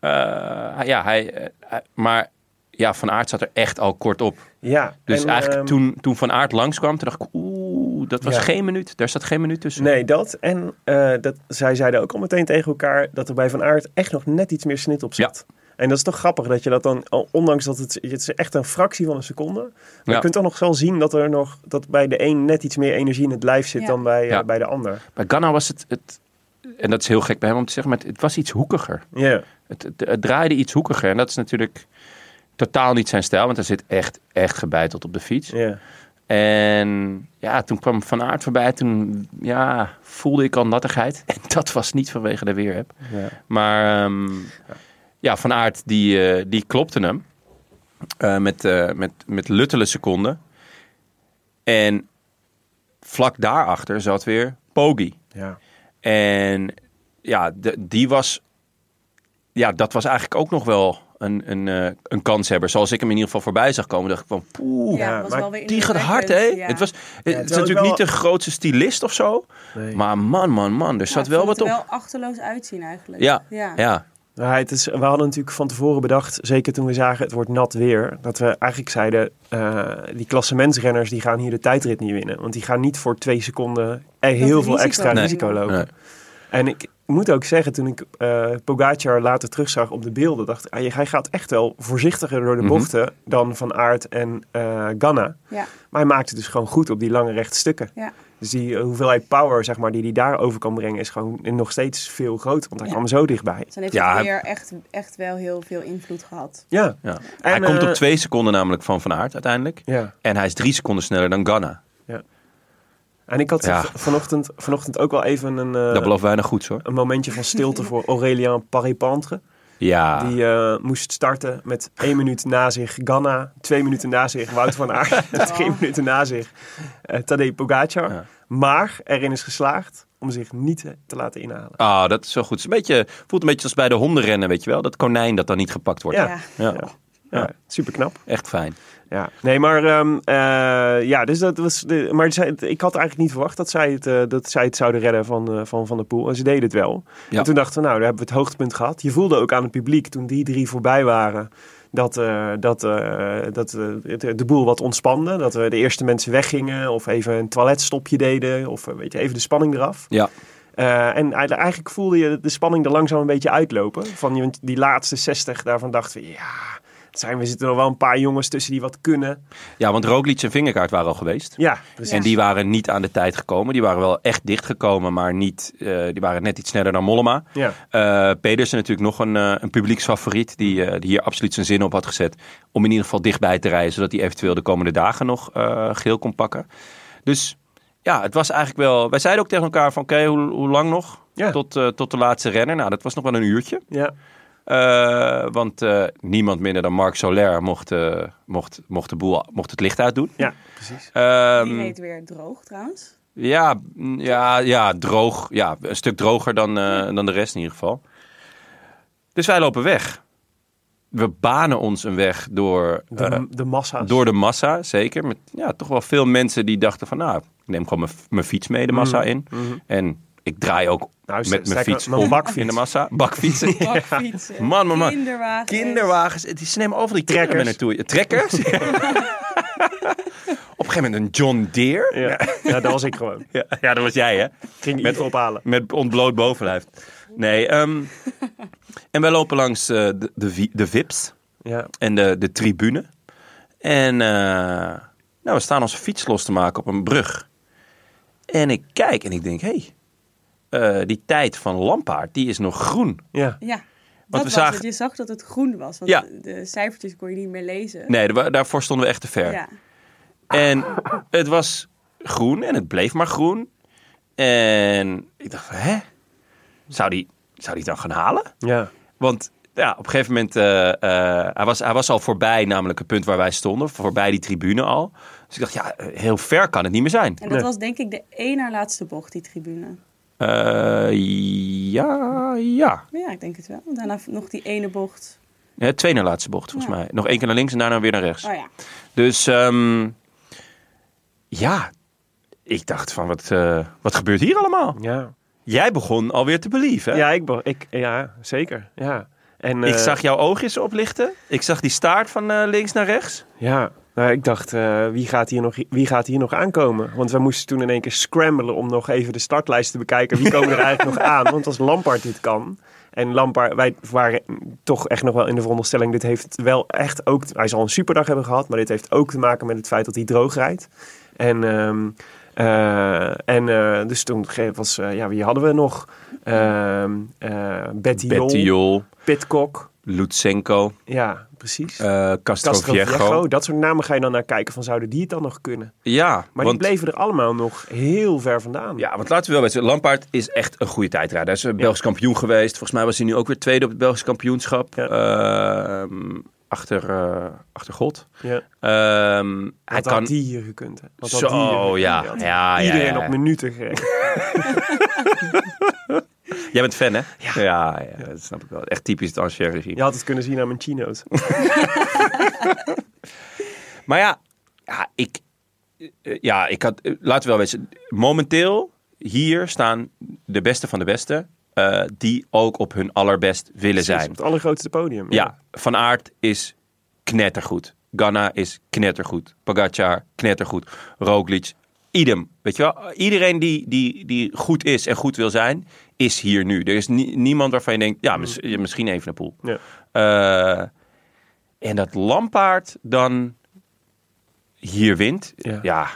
D: Eh, hij- ja, hij, eh, hij- maar ja, Van Aert zat er echt al kort op.
E: ja.
D: Dus
E: En,
D: eigenlijk
E: ehm,
D: toen, toen Van Aert langskwam, toen dacht ik, oeh, dat was
E: Ja.
D: geen minuut. Daar zat geen minuut tussen.
E: Nee, dat. En eh, dat, zij zeiden ook al meteen tegen elkaar dat er bij Van Aert echt nog net iets meer snit op zat. En dat is toch grappig dat je dat dan, al- ondanks dat het, het is echt een fractie van een seconde. Maar
D: Ja.
E: je kunt toch nog wel zien dat er nog dat bij de een net iets meer energie in het lijf zit
C: Ja.
E: dan bij, eh,
D: Ja.
E: bij de ander.
D: Bij Ghana was het, het, en dat is heel gek bij hem om te zeggen, maar het, het was iets hoekiger.
E: Ja,
D: Het, het, het draaide iets hoekiger en dat is natuurlijk totaal niet zijn stijl, want hij zit echt, echt gebeiteld op de fiets.
E: ja.
D: En ja, toen kwam Van Aert voorbij, toen ja, voelde ik al nattigheid. En dat was niet vanwege de weerheb.
E: Ja.
D: Maar ehm, ja, Van Aert die, eh, die klopte hem eh, met, eh, met, met luttele seconden. En vlak daarachter zat weer Poggi.
E: ja.
D: En ja, de- die was. Ja, dat was eigenlijk ook nog wel een, een, eh, een kanshebber. Zoals ik hem in ieder geval voorbij zag komen, dacht ik van poeh.
C: ja,
E: ja,
C: was
E: maar
C: wel weer
D: Die gaat hard, hè?
C: indrukwekkend, ja.
D: Het, was, het,
E: het
D: is
E: was
D: natuurlijk
E: wel-
D: niet de grootste stylist of zo.
E: Nee.
D: Maar man, man, man, er
C: Ja,
D: zat
C: ik
D: wel
C: vond
D: wat
C: het
D: op.
C: er wel achterloos uitzien eigenlijk.
D: Ja, ja.
C: ja.
E: Maar het is, we hadden natuurlijk van tevoren bedacht, zeker toen we zagen het wordt nat weer, dat we eigenlijk zeiden, eh die klassementsrenners die gaan hier de tijdrit niet winnen. Want die gaan niet voor twee seconden eh, heel veel
C: risico
E: extra
C: nemen.
E: risico lopen.
D: Nee.
E: En ik moet ook zeggen, toen ik eh Pogacar later terugzag op de beelden, dacht ik, ah, hij gaat echt wel voorzichtiger door de
D: Mhm.
E: bochten dan Van Aert en eh Ganna.
C: Ja.
E: Maar hij maakt het dus gewoon goed op die lange rechte stukken.
C: Ja.
E: Dus die eh, hoeveelheid power zeg maar, die hij daarover kan brengen is gewoon nog steeds veel groter, want hij
C: Ja.
E: kwam zo dichtbij.
C: Dus dan heeft
D: Ja,
C: het
D: hij-
C: weer echt, echt wel heel veel invloed gehad.
E: Ja,
D: Ja.
E: En,
D: hij komt
E: eh,
D: op twee seconden namelijk van Van Aert uiteindelijk.
E: ja.
D: En hij is drie seconden sneller dan Ghana.
E: En ik had
D: Ja.
E: v- vanochtend, vanochtend ook wel even een, eh,
D: Dat belooft weinig goeds hoor.
E: een momentje van stilte voor Aurélien Paripantre.
D: Ja.
E: Die eh, moest starten met één minuut na zich Ganna, twee minuten na zich Wout van Aert, en twee minuten na zich eh Tadej Pogacar.
D: Ja.
E: Maar erin is geslaagd om zich niet eh, te laten inhalen.
D: Ah, dat is zo goed. Het is een beetje, voelt een beetje als bij de hondenrennen, weet je wel. Dat konijn dat dan niet gepakt wordt.
E: Ja.
C: Ja.
D: Ja.
E: Ja,
D: Ja.
E: super knap.
D: Echt fijn.
E: Ja. Nee, maar, ehm, eh, ja, dus dat was de, maar zij, ik had eigenlijk niet verwacht dat zij het, eh, dat zij het zouden redden van, eh, van Van der Poel. En ze deden het wel.
D: Ja.
E: En toen dachten we, nou, daar hebben we het hoogtepunt gehad. Je voelde ook aan het publiek toen die drie voorbij waren. dat, eh, dat, eh, dat eh, het- de boel wat ontspande. Dat we de eerste mensen weggingen of even een toiletstopje deden. Of eh, weet je, even de spanning eraf.
D: Ja.
E: Eh, en eigenlijk- eigenlijk voelde je de spanning er langzaam een beetje uitlopen. Van die- die laatste 60, daarvan dachten we, ja, het zijn, we zitten er wel een paar jongens tussen die wat kunnen.
D: ja, want Roglic en Vingerkaart waren al geweest.
E: Ja, precies.
D: En die waren niet aan de tijd gekomen. Die waren wel echt dichtgekomen, maar niet, eh, die waren net iets sneller dan Mollema.
E: Ja.
D: Eh, Pedersen natuurlijk nog een, eh, een publieksfavoriet die, eh, die hier absoluut zijn zin op had gezet. Om in ieder geval dichtbij te rijden, zodat hij eventueel de komende dagen nog eh, geel kon pakken. Dus ja, het was eigenlijk wel... Wij zeiden ook tegen elkaar van oké, hoe, hoe lang nog?
E: Ja.
D: Tot, eh, tot de laatste renner. Nou, dat was nog wel een uurtje.
E: Ja.
D: Eh, want eh, niemand minder dan Marc Soler mocht, eh, mocht, mocht, de boel, mocht het licht uitdoen.
E: ja, precies.
D: Ehm,
C: Die reed weer droog trouwens.
D: ja, mm, ja, ja, droog. Ja, een stuk droger dan, eh, dan de rest in ieder geval. Dus wij lopen weg. We banen ons een weg door,
E: De,
D: eh,
E: de massa's.
D: door de massa, zeker. Met ja, toch wel veel mensen die dachten van... nou, ik neem gewoon mijn- mijn fiets mee de massa in. En ik draai ook
E: Nou, st-
D: met mijn
E: sterker,
D: fiets
E: mijn
D: om
E: bakfiets.
D: in de massa. Bakfietsen.
C: Bakfietsen.
D: Man, man, man.
C: Kinderwagens.
D: Kinderwagens. Die, ze nemen overal die trekkers. naartoe.
E: Trekkers.
D: Trekkers? Op een gegeven moment een John Deere.
E: Ja. ja, dat was ik gewoon.
D: Ja, ja, dat was jij, hè?
E: Ging met ophalen.
D: Met ontbloot bovenlijf. Nee, ehm, en wij lopen langs eh, de, de, vi- de VIP's
E: Ja.
D: en de, de tribune. En eh, nou, we staan onze fiets los te maken op een brug. En ik kijk en ik denk, hé, hey, die tijd van Lampaard, die is nog groen.
E: Ja.
C: Ja.
D: we
C: Dat was
D: zagen-
C: het. Je zag dat het groen was. Want
D: Ja.
C: de cijfertjes kon je niet meer lezen.
D: Nee, daar- daarvoor stonden we echt te ver.
C: Ja.
D: En het was groen en het bleef maar groen. En ik dacht, van, hè? Zou die, zou die het dan gaan halen?
E: Ja.
D: Want ja, op een gegeven moment, eh, eh, hij, was, hij was al voorbij namelijk het punt waar wij stonden, voorbij die tribune al. Dus ik dacht, ja, eh, heel ver kan het niet meer zijn.
C: En dat was denk ik de één na laatste bocht, die tribune.
D: Eh, ja, ja.
C: Ja, ik denk het wel. Daarna nog die ene bocht.
D: Ja, twee naar laatste bocht, volgens
C: Ja.
D: mij. Nog één keer naar links en daarna weer naar rechts.
C: Oh ja.
D: Dus ehm, ja, ik dacht van, wat, eh, wat gebeurt hier allemaal?
E: Ja.
D: Jij begon alweer te believen. hè?
E: Ja, ik, be- ik, ja zeker. Ja. En,
D: Ik
E: eh,
D: zag jouw oogjes oplichten. Ik zag die staart van eh, links naar rechts.
E: Ja, nou, ik dacht, eh, wie, gaat hier nog, wie gaat hier nog aankomen? Want we moesten toen in één keer scramblen om nog even de startlijst te bekijken. Wie komen er eigenlijk nog aan? Want als Lampard dit kan... En Lampard, wij waren toch echt nog wel in de veronderstelling... dit heeft wel echt ook... Hij zal een superdag hebben gehad, maar dit heeft ook te maken met het feit dat hij droog rijdt. En, ehm, eh, en eh, dus toen ge- was... eh, ja, wie hadden we nog? Ehm eh Betty, Jol,
D: Petiol,
E: Pitcock.
D: Lutsenko,
E: Ja, precies.
D: eh Castro Viejo.
E: Castroviejo, Oh, dat soort namen ga je dan naar kijken van zouden die het dan nog kunnen.
D: Ja,
E: Maar
D: want,
E: die bleven er allemaal nog heel ver vandaan.
D: ja, want laten we wel weten. Lampaard is echt een goede tijdrijder. Hij is een Belgisch kampioen geweest. Volgens mij was hij nu ook weer tweede op het Belgisch kampioenschap.
E: Ja.
D: Ehm, achter, eh, achter God.
E: Ja.
D: Ehm, hij
E: Wat
D: kan...
E: had die hier gekund? Hè? Wat had die hier
D: Zo,
E: gekund?
D: ja.
E: Die had
D: Ja, ja,
E: Iedereen
D: ja, ja.
E: op minuten gereden.
D: Jij bent fan, hè? Ja. Ja, dat snap ik wel. Echt typisch het Ancien regime.
E: Je had het kunnen zien aan mijn chino's.
D: Maar ja, ja ik, eh, ja, ik had, eh, laten we wel wezen, momenteel hier staan de beste van de beste, eh, die ook op hun allerbest willen
E: Precies,
D: zijn.
E: Op het allergrootste podium.
D: Ja, Van Aert is knettergoed. Ganna is knettergoed. Pogacar, knettergoed. Roglic, idem. Weet je wel, iedereen die, die, die goed is en goed wil zijn, is hier nu. Er is nie- niemand waarvan je denkt, ja, mis- ja, misschien even een poel.
E: Mm.
D: Eh,
E: Ja.
D: en dat Lampaard dan hier wint,
E: Ja.
D: ja.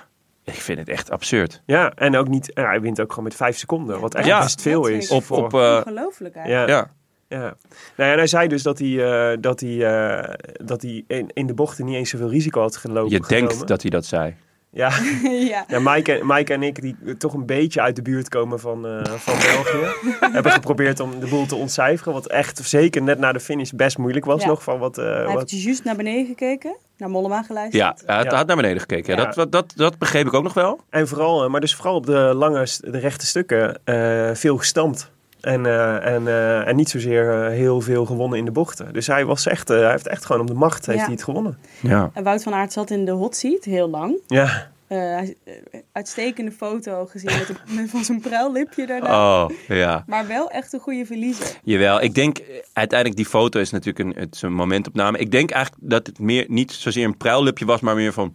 D: ik vind het echt absurd.
E: ja, en ook niet... ja, hij wint ook gewoon met vijf seconden, wat echt
D: Ja.
E: best veel
C: Dat
E: is.
C: is-
D: Op,
E: voor-
D: op, eh,
C: Ongelooflijk eigenlijk.
E: ja.
D: ja.
E: Ja. Nou ja, en hij zei dus dat hij, eh, dat hij, eh, dat hij in, in de bochten niet eens zoveel risico had gelopen.
D: Je denkt
E: genomen.
D: dat hij dat zei.
E: Ja.
C: ja.
E: Ja, Mike en, Mike en ik, die toch een beetje uit de buurt komen van, eh, van België, hebben geprobeerd om de boel te ontcijferen. Wat echt, zeker net na de finish, best moeilijk was
C: Ja.
E: nog. Van wat, eh,
C: Hij
E: wat...
C: heeft juist naar beneden gekeken, naar Mollema
D: Ja,
C: geluisterd.
D: hij had,
E: Ja.
D: had naar beneden gekeken. Ja,
E: Ja.
D: Dat, dat, dat, dat begreep ik ook nog wel.
E: En vooral, eh, maar dus vooral op de lange, s- de rechte stukken, eh, veel gestampt. En, eh, en, eh, en niet zozeer eh, heel veel gewonnen in de bochten. Dus hij, was echt, eh, hij heeft echt gewoon om de macht heeft
C: Ja.
E: hij het gewonnen.
D: Ja.
C: En Wout van Aert zat in de hot seat heel lang.
E: Ja,
C: Eh, hij- eh, uitstekende foto gezien met, een, met van zo'n pruillipje daarna.
D: Oh, ja.
C: Maar wel echt een goede verliezer.
D: Jawel, ik denk eh, uiteindelijk die foto is natuurlijk een, het is een momentopname. Ik denk eigenlijk dat het meer niet zozeer een pruillipje was, maar meer van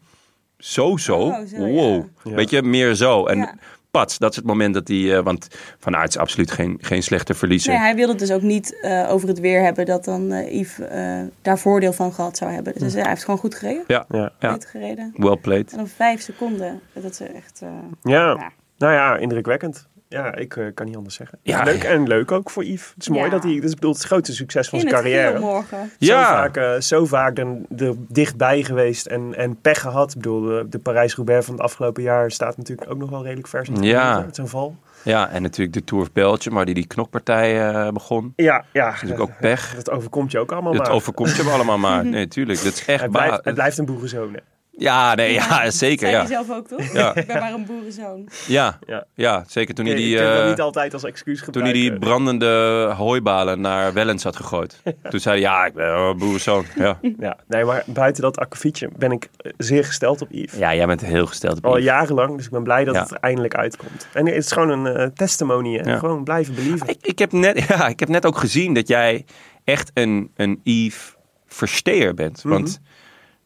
D: zo zo.
C: Oh, zo,
D: wow.
E: Ja.
D: Weet je, meer zo. En
C: Ja.
D: pats, dat is het moment dat hij, eh, want Van Aert is absoluut geen, geen slechte verliezer.
C: Nee, hij wilde het dus ook niet eh, over het weer hebben dat dan eh, Yves eh, daar voordeel van gehad zou hebben. Dus hij heeft gewoon goed gereden.
D: Ja,
E: Ja.
D: Hm. ja.
C: Goed gereden.
D: Well played.
C: En dan vijf seconden. Dat is echt... eh,
D: Oh,
E: Ja.
C: Ja.
E: nou ja, indrukwekkend. Ja, ik eh, kan niet anders zeggen.
D: Ja,
E: leuk
D: ja.
E: en leuk ook voor Yves. Het is mooi
C: Ja.
E: dat hij, dat is, bedoel, het is het grootste succes van
C: in
E: zijn
C: het
E: carrière.
C: geel morgen.
D: Ja.
E: Zo vaak, eh, zo vaak er, er dichtbij geweest en, en pech gehad. Ik bedoel, de, de Parijs-Roubaix van het afgelopen jaar staat natuurlijk ook nog wel redelijk vers. in het
D: Ja.
E: verleden Met zijn val.
D: Ja, en natuurlijk de Tour of Belgium, waar die, die knokpartij eh, begon.
E: Ja, ja.
D: Dat is natuurlijk ook pech.
E: Dat overkomt je ook allemaal
D: Het
E: maar.
D: overkomt je allemaal maar. Nee, tuurlijk. Dat is echt
E: het, blijft,
D: waar.
E: het blijft een boerenzone.
D: Ja, nee, ja,
C: Zei
D: zeker.
C: hij
D: Ja.
C: zelf ook, toch?
D: Ja.
C: Ik ben maar een boerenzoon.
D: Ja,
E: Ja.
D: ja, zeker. Toen
E: Ik
D: hij die,
E: kan dat
D: eh,
E: niet altijd als excuus
D: toen hij
E: gebruiken.
D: die brandende hooibalen naar Wellens had gegooid. Toen zei hij, ja, ik ben wel een boerenzoon. Ja.
E: Ja, nee, maar buiten dat akkefietje ben ik eh, zeer gesteld op Yves.
D: ja, jij bent heel gesteld op
E: Al
D: Yves.
E: jarenlang, dus ik ben blij dat
D: Ja.
E: het er eindelijk uitkomt. En het is gewoon een eh, testimony. Hè?
D: Ja.
E: Gewoon blijven believen.
D: Ik, ik, heb net, ja, ik heb net ook gezien dat jij echt een, een Yves-versteer bent. Want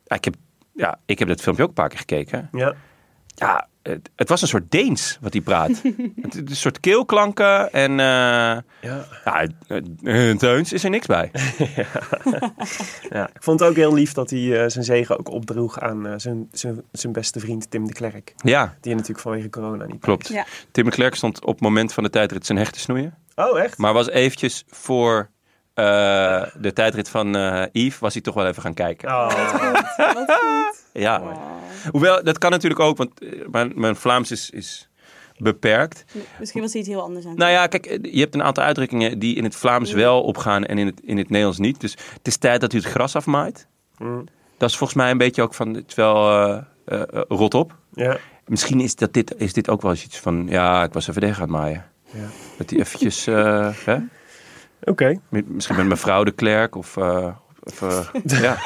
D: ja, ik, heb, ja, ik heb dat filmpje ook een paar keer gekeken.
E: Ja.
D: Ja, het, het was een soort Deens wat hij praat. het, het- een soort keelklanken en... eh,
E: Ja.
D: ja, eh, eh, Teuns is er niks bij.
E: Ja. Ik vond het ook heel lief dat hij eh, zijn zegen ook opdroeg aan eh, zijn, zijn, zijn beste vriend Tim de Klerk.
D: Ja,
E: Die natuurlijk vanwege corona niet...
D: klopt.
C: Ja.
D: Tim de Klerk stond op het moment van de tijdrit zijn hecht te snoeien.
E: Oh, echt?
D: Maar was eventjes voor eh, de tijdrit van eh Yves, was hij toch wel even gaan kijken.
E: Oh.
C: Wat goed.
D: Ja.
C: Wow.
D: Hoewel, dat kan natuurlijk ook, want eh, mijn, mijn Vlaams is, is beperkt.
C: Misschien was hij iets heel anders aan het
D: Nou ja, kijk, eh, je hebt een aantal uitdrukkingen die in het Vlaams
C: Mm.
D: wel opgaan en in het, in het Nederlands niet. Dus het is tijd dat u het gras afmaait.
E: Mm.
D: Dat is volgens mij een beetje ook van, het is wel eh, eh, eh, rot op.
E: Ja.
D: Misschien is, dat dit, is dit ook wel eens iets van, ja, ik was even weg aan het maaien.
E: Ja.
D: Dat hij eventjes, eh, hè?
E: Oké.
D: Met- Misschien met mevrouw de Klerk of... eh, of eh, ja.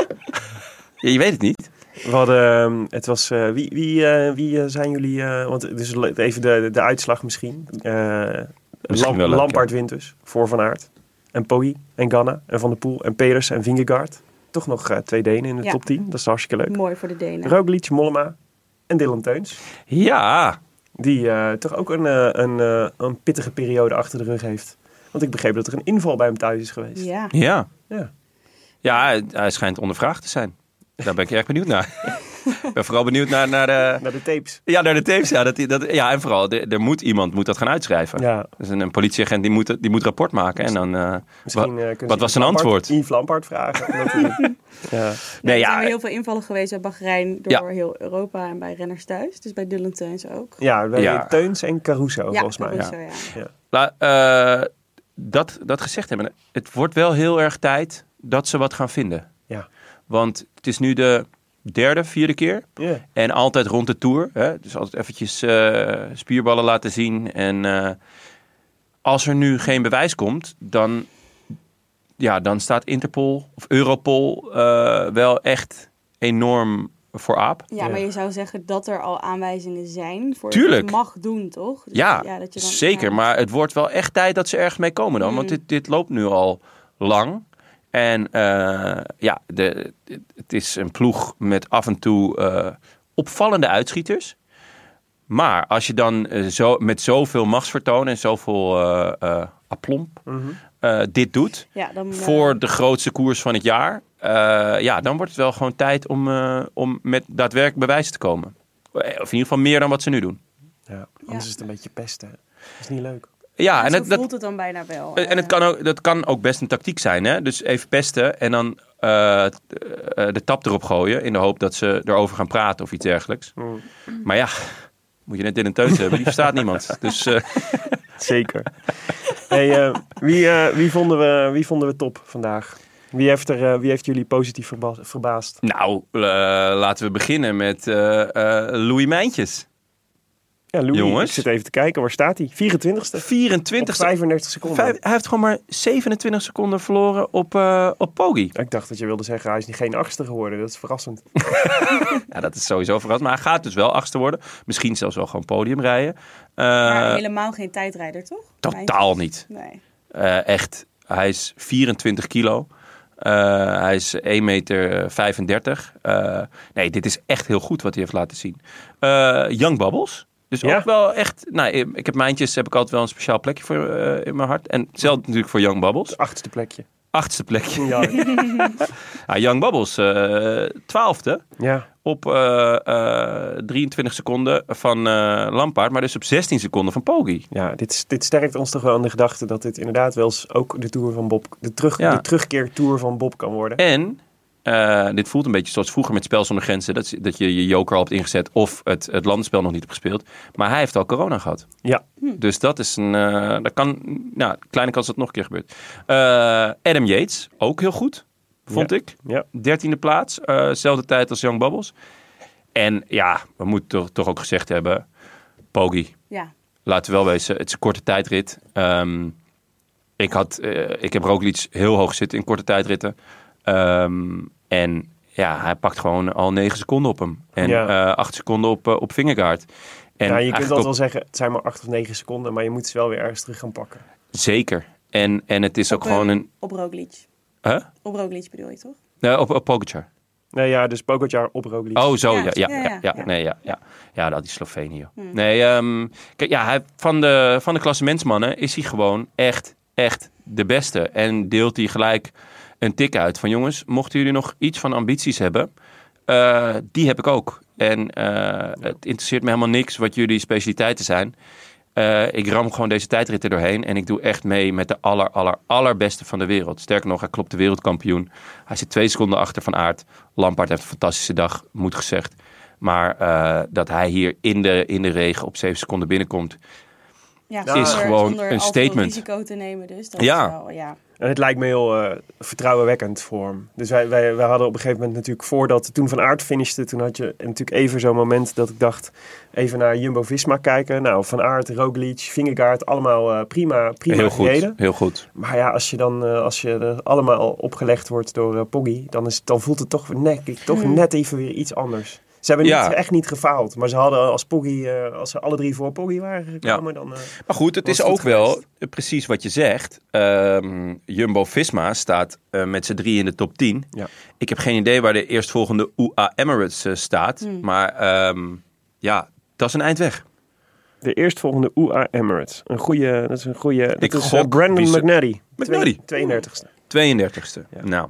D: Ja, Je weet het niet.
E: We hadden... ehm, het was... eh, wie wie, eh, wie eh, zijn jullie... eh, want het is le- even de, de uitslag misschien. Eh Lam-
D: wel leuk,
E: Lampaard wint dus. Voor Van Aert. En Poi. En Ganna. En Van der Poel. En Peders. En Vingegaard. Toch nog eh, twee Denen in de
C: Ja.
E: top 10. Dat is hartstikke leuk.
C: Mooi voor de Denen.
E: Roglic, Mollema. En Dylan Teuns.
D: Ja,
E: Die eh, toch ook een, eh, een, eh, een pittige periode achter de rug heeft. Want ik begreep dat er een inval bij hem thuis is geweest.
C: Ja.
D: ja.
E: Ja.
D: Ja, hij- hij schijnt ondervraagd te zijn. Daar ben ik erg benieuwd naar. ik ben vooral benieuwd naar, naar de...
E: Naar de tapes.
D: Ja, naar de tapes. Ja, dat, die- dat, ja en vooral, er, er moet iemand moet dat gaan uitschrijven.
E: Ja.
D: Dus een, een politieagent die moet, het- die moet rapport maken. En dan, eh, wa-
E: Misschien, eh, kunnen ze
D: wat was
E: Yves
D: zijn
E: Lampaard-
D: antwoord?
E: Yves Lampaard vragen. Omdat hij- ja.
D: nee,
C: er zijn weer
D: ja,
C: heel veel invallen geweest bij Bahrein door
D: Ja.
C: heel Europa en bij renners thuis. Dus bij Dylan Teuns ook.
E: ja, bij
D: Ja.
E: Teuns en Caruso volgens mij.
C: Caruso, ja.
D: la- eh, dat, dat gezegd hebben. Het wordt wel heel erg tijd dat ze wat gaan vinden.
E: Ja.
D: Want het is nu de derde, vierde keer
E: Ja.
D: En altijd rond de tour. Hè? Dus altijd eventjes eh, spierballen laten zien. En eh, als er nu geen bewijs komt, dan, ja, dan staat Interpol of Europol eh, wel echt enorm voor aap.
C: Ja, maar je zou zeggen dat er al aanwijzingen zijn voor
D: Tuurlijk.
C: dat je mag doen, toch? Dus
D: Ja,
C: dat je dan-
D: zeker.
C: ja. Mm.
D: Maar het wordt wel echt tijd dat ze ergens mee komen dan. Want dit, dit loopt nu al lang. En eh, ja, de, het is een ploeg met af en toe eh, opvallende uitschieters. Maar als je dan eh, zo, met zoveel machtsvertoon en zoveel eh eh, aplomb eh, dit doet...
C: Ja, dan, eh,
D: voor de grootste koers van het jaar... eh, ja, dan wordt het wel gewoon tijd om, eh, om met daadwerkelijk bewijs te komen. Eh, Of in ieder geval meer dan wat ze nu doen.
E: Ja. Anders is het een beetje pesten. Dat is niet leuk.
D: Ja,
C: ja,
D: en
C: zo
D: het, dat,
C: voelt het dan bijna wel.
D: Eh,
C: eh,
D: En en het kan ook, dat kan ook best een tactiek zijn. Hè? Dus even pesten en dan eh, t- eh, de tap erop gooien. In de hoop dat ze erover gaan praten of iets dergelijks. Maar ja, moet je net in een teut hebben. Die verstaat niemand. Dus eh,
E: Zeker. hey, eh, wie, eh, wie, vonden we, wie vonden we top vandaag? Wie heeft, er, eh, wie heeft jullie positief verba- verbaasd?
D: nou, eh, laten we beginnen met eh, eh, Louis Mijntjes.
E: Ja, Louis,
D: Jongens.
E: ik zit even te kijken. Waar staat hij? 24ste.
D: 24
E: Op 35 seconden.
D: Vijf- hij heeft gewoon maar 27 seconden verloren op, eh op Poggi.
E: Ik dacht dat je wilde zeggen, hij is geen achtste geworden. Dat is verrassend.
D: Ja, dat is sowieso verrast. Maar hij gaat dus wel achtste worden. Misschien zelfs wel gewoon podium rijden. Eh,
C: Maar helemaal geen tijdrijder, toch?
D: totaal niet.
C: Nee.
D: Eh, echt. Hij is 24 kilo. Eh, hij is 1,35 meter. Eh, nee, dit is echt heel goed wat hij heeft laten zien. Eh young Bubbles. Dus
E: Ja.
D: ook wel echt... Nou, ik ik heb mijntjes, heb ik altijd wel een speciaal plekje voor eh, in mijn hart. En zelf natuurlijk voor Young Bubbles.
E: Achtste plekje.
D: Achtste plekje.
E: Ja.
D: Ja, young Bubbles, eh, twaalfde.
E: ja.
D: Op eh, eh, 23 seconden van eh Lampaard. Maar dus op 16 seconden van Poggi.
E: Ja, dit, is- dit sterkt ons toch wel aan de gedachte dat dit inderdaad wel eens ook de, tour van Bob, de, terug,
D: Ja.
E: de terugkeertour van Bob kan worden.
D: En eh, dit voelt een beetje zoals vroeger met Spel zonder Grenzen. Dat, dat je je joker al hebt ingezet of het, het landenspel nog niet hebt gespeeld. Maar hij heeft al corona gehad.
E: Ja,
D: Dus dat is een... eh, dat kan, nou, kleine kans dat het nog een keer gebeurt. Eh, Adam Yates, ook heel goed, vond
E: Ja.
D: ik.
E: ja.
D: Dertiende plaats, eh, zelfde tijd als Young Bubbles. En ja, we moeten toch, toch ook gezegd hebben... Poggi,
C: Ja.
D: laten we wel wezen, het is een korte tijdrit. Ehm, ik, had, eh ik heb Roglic heel hoog zitten in korte tijdritten. Ehm, en ja, hij pakt gewoon al negen seconden op hem. En
E: Ja.
D: eh, acht seconden op, eh, op Vingegaard. En
E: ja, je
D: eigenlijk
E: kunt altijd
D: ook-
E: wel zeggen, het zijn maar acht of negen seconden, maar je moet ze wel weer ergens terug gaan pakken.
D: Zeker. En, en het is ook
C: Op,
D: gewoon
C: eh,
D: een...
C: Op Roglic.
D: Huh?
C: Op Roglic bedoel je, toch?
D: Nee, op, op Pogacar.
E: Nou ja, dus Pogacar op Roglic.
D: Oh, zo, ja.
C: Ja,
D: Ja, ja, ja,
C: ja, ja, ja. Hmm.
D: Nee, ja, ja. ja dat is Slovenië. Nee, ehm, kijk, ja, hij, van de, van de klassementsmannen is hij gewoon echt, echt de beste. En deelt hij gelijk een tik uit van... jongens, mochten jullie nog iets van ambities hebben... eh, die heb ik ook. En eh, het interesseert me helemaal niks wat jullie specialiteiten zijn. Eh, ik ram gewoon deze tijdrit er doorheen. En ik doe echt mee met de aller, aller, allerbeste van de wereld. Sterker nog, hij klopt de wereldkampioen. Hij zit twee seconden achter van Aert. Lampaard heeft een fantastische dag, moet gezegd. Maar eh, dat hij hier in de, in de regen op zeven seconden binnenkomt.
C: Ja,
D: is gewoon een
C: al veel
D: statement.
C: risico te nemen, dus dat
D: Ja.
C: is wel, ja.
E: En het lijkt me heel eh, vertrouwenwekkend voor hem. Dus wij, wij, wij hadden op een gegeven moment natuurlijk voordat, toen Van Aert finishte, toen had je natuurlijk even zo'n moment dat ik dacht, even naar Jumbo-Visma kijken. Nou, Van Aert, Roglic, Vingegaard, allemaal eh, prima, prima
D: heel goed,
E: gereden.
D: heel goed.
E: Maar ja, als je dan eh, als je er allemaal opgelegd wordt door eh, Poggi, dan, is, dan voelt het toch, net, toch net even weer iets anders. Ze hebben
D: Ja.
E: niet, echt niet gefaald, maar ze hadden als Poggi, eh, als ze alle drie voor Poggi waren gekomen, dan... eh,
D: Maar goed, het
E: Was
D: is
E: goed
D: ook wel
E: geweest.
D: eh, precies wat je zegt. Ehm, Jumbo-Visma staat eh, met z'n drie in de top 10.
E: Ja.
D: Ik heb geen idee waar de eerstvolgende UA Emirates eh, staat.
E: Hmm.
D: Maar ehm, ja, dat is een eind weg.
E: De eerstvolgende UA Emirates. Een goede, dat is een goede.
D: Ik
E: Dat is
D: gok
E: eh, Brandon
D: wie ze-
E: McNally.
D: McNally.
E: 32 e
D: 32e. Nou,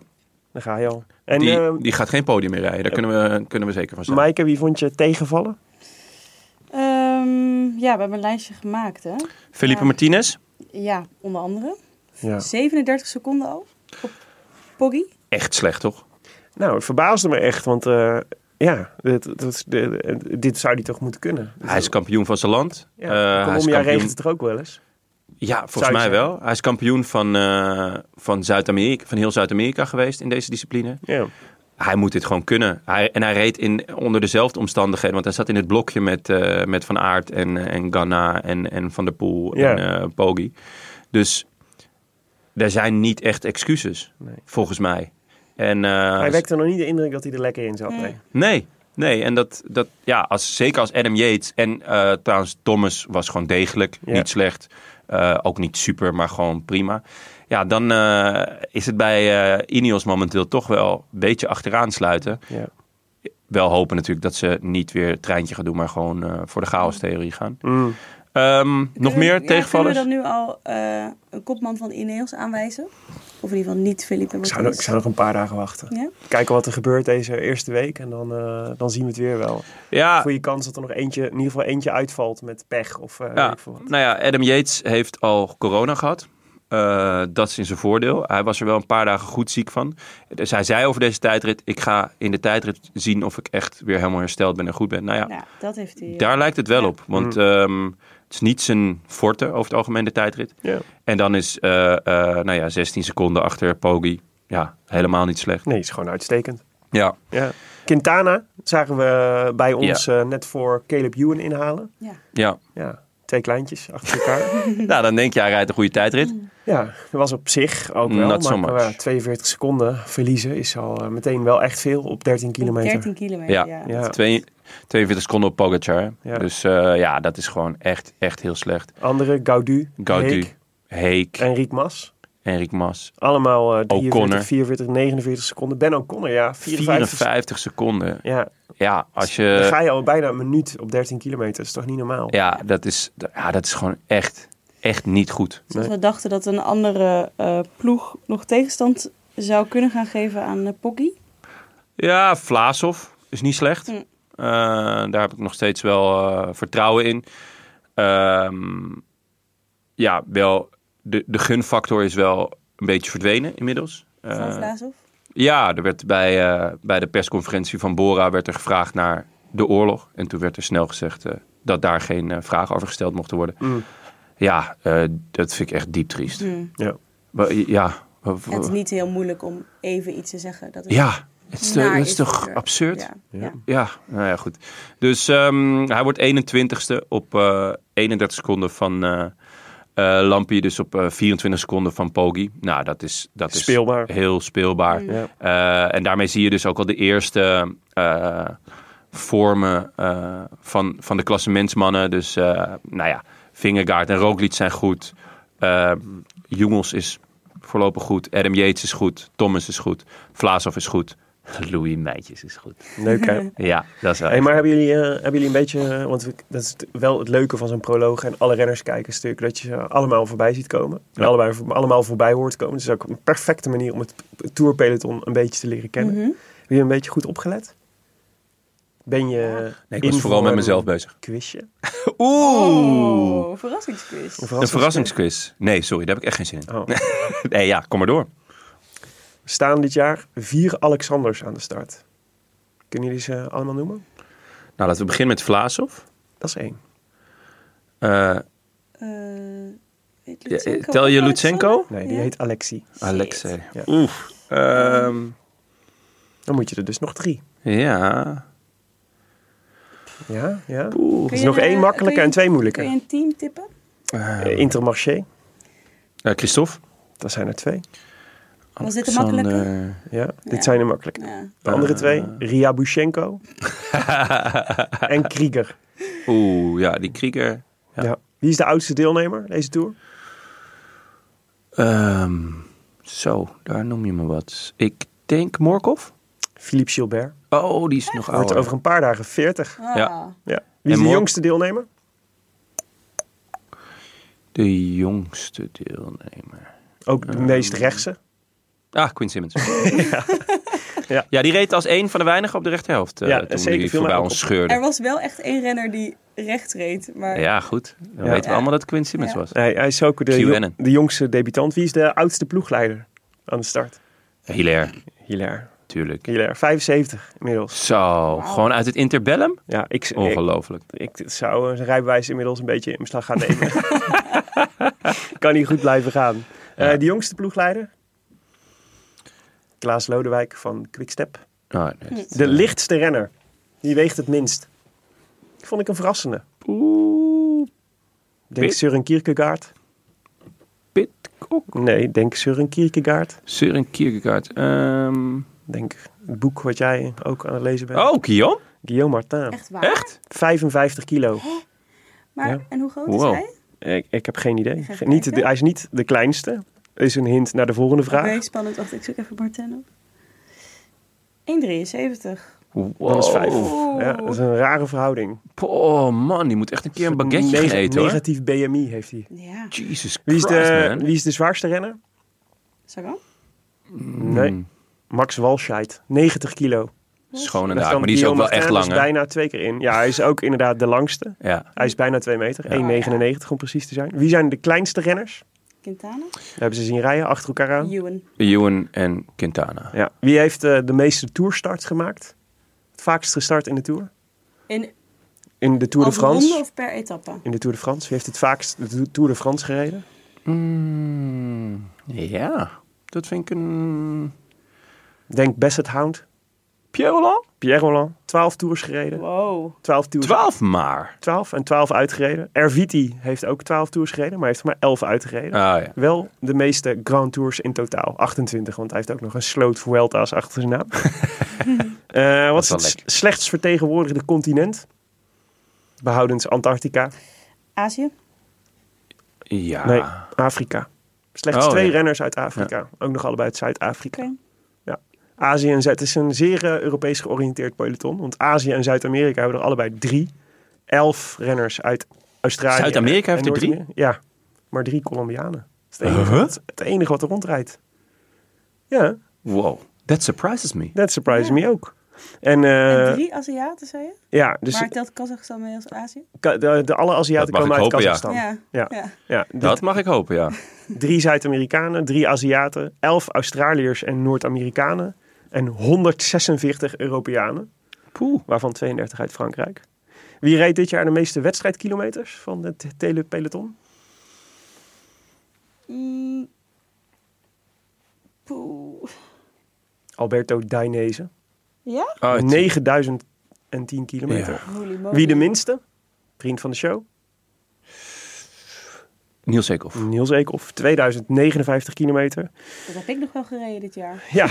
E: Daar ga je al. En
D: die,
E: ehm,
D: die gaat geen podium meer rijden. Daar kunnen we, kunnen we zeker van zijn.
E: Maaike, wie vond je tegenvallen?
C: Ehm, ja, we hebben een lijstje gemaakt, hè?
D: Felipe
C: Ja.
D: Martinez,
C: Ja, onder andere.
E: Ja.
C: 37 seconden al op Poggi.
D: echt slecht toch?
E: Nou, het verbaasde me echt, want eh, ja, dit, dat is- de- eh, dit zou die toch moeten kunnen.
D: Hij is kampioen van zijn land.
E: Ja,
D: Eh, hij is
E: Colombia
D: kampioen-
E: regent het er ook wel eens.
D: Ja, volgens
E: Zou je
D: mij
E: zeggen.
D: wel. Hij is kampioen van, eh, van, Zuid-Amerika, van heel Zuid-Amerika geweest in deze discipline.
E: Ja.
D: Hij moet dit gewoon kunnen. Hij, en hij reed in, onder dezelfde omstandigheden. Want hij zat in het blokje met, eh, met Van Aert en, eh, en Ghana en, en Van der Poel
E: Ja.
D: en eh Poggi. Dus er zijn niet echt excuses,
E: Nee.
D: volgens mij. En, eh,
E: Hij wekte nog niet de indruk dat hij er lekker in zat. Nee.
D: Nee, nee. En dat, dat ja, als, zeker als Adam Yates en eh, trouwens Thomas was gewoon degelijk.
E: Ja.
D: Niet slecht. Eh, ook niet super, maar gewoon prima. Ja, dan eh, is het bij eh Ineos momenteel toch wel een beetje achteraan sluiten.
E: Ja.
D: Wel hopen natuurlijk dat ze niet weer het treintje gaan doen, maar gewoon eh, voor de chaos-theorie gaan.
E: Mm.
D: Ehm, nog
C: Kunnen-
D: meer
C: ja,
D: tegenvallers?
C: Kunnen we dan nu al eh, een kopman van Ineos aanwijzen? Of in ieder geval niet Felipe
E: Ik,
C: Martinez.
E: zou, nog- ik zou nog een paar dagen wachten.
C: Ja?
E: Kijken wat er gebeurt deze eerste week en dan, eh, dan zien we het weer wel.
D: Ja,
E: Goede kans dat er nog eentje, in ieder geval eentje uitvalt met pech of eh weet
D: Ja,
E: ik veel wat.
D: nou ja, Adam Yates heeft al corona gehad. Eh, dat is in zijn voordeel. Hij was er wel een paar dagen goed ziek van. Dus hij zei over deze tijdrit: Ik ga in de tijdrit zien of ik echt weer helemaal hersteld ben en goed ben. Nou ja,
C: Nou, dat heeft hij.
D: daar lijkt het wel
C: Ja.
D: op. Want ehm, het is niet zijn forte over het algemeen, de tijdrit.
E: Ja.
D: En dan is eh, eh, nou ja, 16 seconden achter Poggi. Ja, helemaal niet slecht.
E: Nee, is gewoon uitstekend.
D: Ja.
E: Ja. Quintana zagen we bij ons eh, net voor Caleb Ewan inhalen.
C: Ja.
D: ja.
E: Ja, twee kleintjes achter elkaar.
D: Nou, dan denk je, hij rijdt een goede tijdrit.
C: Mm,
E: ja, dat was op zich ook wel.
D: Not so
E: maar
D: much.
E: eh, 42 seconden verliezen is al eh, meteen wel echt veel op 13 kilometer.
C: 13 kilometer,
D: Ja.
C: ja.
E: Ja.
D: Twee, 42 seconden op Pogacar. hè?
E: Ja.
D: Dus eh, ja, dat is gewoon echt, echt heel slecht.
E: Andere, Gaudu,
D: Gaudu,
E: Heek
D: Heek,
E: en Riek Mas.
D: Enric Mas.
E: Allemaal eh 43,
D: O'Connor.
E: 44, 49 seconden. Ben O'Connor, ja. 54.
D: 54 seconden.
E: Ja,
D: Ja, als
E: dan ga
D: je...
E: je al bijna een minuut op 13 kilometer. Dat is toch niet normaal?
D: Eh, Ja, dat is, ja, dat is gewoon echt, echt niet goed.
C: Zoals Dus we dachten dat een andere eh, ploeg nog tegenstand zou kunnen gaan geven aan eh, Poggi.
D: Ja, Vlaasov is niet slecht.
C: Hm.
D: Eh, daar heb ik nog steeds wel eh, vertrouwen in. Ehm, ja, wel. De, de gunfactor is wel een beetje verdwenen inmiddels.
C: Van
D: Eh,
C: Vlaashoff.
D: ja, er werd bij, eh, bij de persconferentie van Bora werd er gevraagd naar de oorlog. En toen werd er snel gezegd eh, dat daar geen eh, vragen over gesteld mochten worden.
E: Mm.
D: Ja, eh, dat vind ik echt diep triest.
C: Hmm.
E: Ja.
D: Wa- Ja, wa-
C: Ja, Het is niet heel moeilijk om even iets te zeggen. Dat het
D: ja, het is, te-
C: naar
D: het is toch
C: gebeurd.
D: absurd?
C: eh, Ja. Ja.
D: Ja, nou ja, goed. Dus ehm, hij wordt 21ste op eh, 31 seconden van eh eh, Lampie. Dus op eh, 24 seconden van Poggi. Nou, dat is, dat is
E: Speelbaar.
D: heel speelbaar.
E: Ja.
D: Eh, en daarmee zie je dus ook al de eerste eh, vormen eh, van, van de klassementsmannen. Dus, eh, nou ja, Vingegaard en Roglic zijn goed. Eh, Jongels is voorlopig goed. Adam Yates is goed. Thomas is goed. Vlaasov is goed. Louis Meijtjes is goed.
E: Leuk, hè?
D: Ja, dat is wel.
E: Hey, maar hebben jullie, eh, hebben jullie een beetje, eh, want we- dat is t- wel het leuke van zo'n proloog en alle renners kijken stuk, dat je ze allemaal voorbij ziet komen. En
D: Ja.
E: allebei, allemaal voorbij hoort komen. Dus ook een perfecte manier om het tourpeloton een beetje te leren kennen.
C: Mhm.
E: Heb je een beetje goed opgelet? Ben je
D: Nee, ik was
E: in
D: vooral
E: voor
D: met
E: een
D: mezelf bezig.
E: Quizje?
D: Oeh!
C: Oh, verrassingsquiz.
D: Een verrassingsquiz. Nee, sorry, daar heb ik echt geen zin in.
E: Oh.
D: Nee, ja, kom maar door.
E: Staan dit jaar vier Alexanders aan de start. Kunnen jullie ze allemaal noemen?
D: Nou, laten we beginnen met Vlaasov.
E: Dat is één.
D: Eh,
C: Eh, heet
D: ja, eh,
C: Lutsenko
D: tel je
C: ook
D: Lutsenko?
E: Nee, die
C: Oh, Ja.
E: heet Alexi.
D: Alexei.
E: Ja.
D: Oef. Ehm,
E: Dan moet je er dus nog drie.
D: ja.
E: Ja, ja.
D: Oeh.
C: Kun
E: Dus
C: je
E: nog
C: een-
E: één makkelijke
C: kun je-
E: en twee moeilijke.
C: Kun je een team tippen?
E: Eh, Intermarché,
D: Eh, Christophe.
E: dat zijn er twee.
C: Was dit de
D: Alexander-
C: makkelijke?
E: Ja, dit
C: Ja.
E: zijn de makkelijke.
C: Ja.
E: De andere twee, Ria Bushenko en Krieger.
D: Oeh, ja, die Krieger.
E: Ja.
D: Ja.
E: Wie is de oudste deelnemer deze tour?
D: Ehm, zo, daar noem je me wat. Ik denk Morkov.
E: Philippe Gilbert.
D: Oh, die is nog
E: Wordt
D: ouder.
E: over een paar dagen 40.
C: Ah,
D: Ja.
E: Ja. Wie is de
D: Mork-
E: jongste deelnemer?
D: De jongste deelnemer.
E: Ook de meest rechtse.
D: Ah, Quinn Simmons. ja. Ja. die reed als een van de weinigen op de rechterhelft. eh
E: Ja,
D: toen
E: zeker,
D: die
E: viel mij
D: voorbij
E: ook
D: ons
E: op.
D: scheurde.
C: Er was wel echt één renner die recht reed. Maar
D: Ja, goed. Dan
E: Ja.
D: weten we
C: Ja.
D: allemaal dat Quinn Simmons
C: Ja.
D: was.
E: Hij, hij is ook de,
D: Q
E: jo-
D: Allen.
E: de jongste debutant. Wie is de oudste ploegleider aan de start?
D: Hilaire,
E: Hilaire.
D: natuurlijk.
E: Hilaire, 75 inmiddels.
D: Zo, gewoon uit het interbellum?
E: Ja, ik, ik,
D: Ongelooflijk.
E: ik zou zijn rijbewijs inmiddels een beetje in beslag gaan nemen. kan niet goed blijven gaan. Eh, de jongste ploegleider? Klaas Lodewijk van Quickstep.
D: Ah, nee, dat is-
E: De lichtste renner. Die weegt het minst. Vond ik een verrassende.
D: Oeh,
E: Denk
D: Pit?
E: Søren Kierkegaard.
D: Pitcock.
E: Nee, denk Søren Kierkegaard.
D: Søren Kierkegaard. Ehm,
E: Denk het boek wat jij ook aan het lezen bent.
D: Oh, Guillaume?
E: Guillaume Martin.
C: echt waar.
D: Echt?
E: 55 kilo.
C: Maar,
E: Ja.
C: En hoe groot
D: Wow.
C: is hij?
E: Ik, ik heb geen idee.
C: Ga even
E: Niet de,
C: kijken.
E: hij is niet de kleinste. Is een hint naar de volgende vraag.
C: Oké, spannend. Wacht, ik zoek even Martin op. 1,73.
E: Dat is vijf.
C: Wow.
E: Ja, dat is een rare verhouding.
D: Oh man, die moet echt een keer een baguette
E: Neg-
D: gaan eten hoor.
E: Negatief BMI heeft hij.
C: Ja,
D: Jesus
E: Wie is,
D: Christ,
E: de,
D: man.
E: wie is de zwaarste renner?
C: Sagan?
D: Hmm.
E: Nee. Max Walscheid. 90 kilo.
D: Schoon en
E: Dat
D: Nou, daar,
E: dan
D: maar die is ook
E: Guillaume
D: wel echt
E: Martin, dat
D: lang hè?
E: is bijna twee keer in. Ja, hij is ook inderdaad de langste.
D: Ja.
E: Hij is bijna 2 meter, 1,99 om precies te zijn. Wie zijn de kleinste renners?
C: Quintana?
E: We hebben ze zien rijden achter elkaar aan.
C: Ewan.
D: Ewan en Quintana.
E: Ja. Wie heeft eh, de meeste tourstarts gemaakt? Het vaakst gestart in de Tour?
C: In
E: In de Tour de
C: als ronde
E: France?
C: of per etappe?
E: In de Tour de France. Wie heeft het vaakst de to- Tour de France gereden?
D: Mm, ja, dat vind ik een...
E: Denk Basset Hound.
D: Pierre Roland?
E: Pierre Roland, 12 tours gereden.
C: Wow.
E: 12 tours.
D: 12 maar.
E: 12 en 12 uitgereden. Erviti heeft ook 12 tours gereden, maar heeft er maar 11 uitgereden.
D: Ah, ja.
E: Wel de meeste Grand Tours in totaal. 28, want hij heeft ook nog een sloot Vuelta's achter zijn naam. Eh, wat is
D: wel
E: het
D: lekker.
E: s- slechtst vertegenwoordigde continent? Behoudens Antarctica.
C: Azië?
D: ja.
E: Nee, Afrika. Slechts
D: Ah. Oh,
E: twee
D: ja.
E: renners uit Afrika. Ook nog allebei uit Zuid-Afrika.
C: Oké.
E: Ja. Azië en Zuid. Het is een zeer eh, Europees georiënteerd peloton. Want Azië en Zuid-Amerika hebben er allebei drie. Elf renners uit Australië.
D: Zuid-Amerika
E: en-
D: heeft
E: en
D: er drie?
E: Noord-Amerika. Ja, maar drie Colombianen. Dat is het enige,
D: Huh?
E: wat, het enige wat er rondrijdt. Ja,
D: Wow, that surprises me.
E: that surprises me ook. En, eh,
C: en drie Aziaten, zei je?
E: ja, dus
C: maar telt Kazachstan mee als Azië?
E: ka- de, de alle Aziaten
D: Dat mag
E: komen uit
D: ik hopen, ja.
E: Kazachstan.
C: Ja.
E: Ja.
C: ja.
E: Ja, de
D: Dat mag ik hopen, ja. Oh,
E: drie Zuid-Amerikanen, drie Aziaten, elf Australiërs en Noord-Amerikanen en 146 Europeanen,
D: Poeh.
E: waarvan 32 uit Frankrijk. Wie reed dit jaar de meeste wedstrijdkilometers van het telepeloton?
C: Mm. Poeh.
E: Alberto Dainese.
C: Ja?
D: Oh, het-
E: 9010 kilometer.
C: Holy moly.
E: Wie de minste? Vriend van de show.
D: Niels Eekhoff.
E: Niels Eekhoff. 2059 kilometer.
C: Dat heb ik nog wel gereden dit jaar.
E: Ja.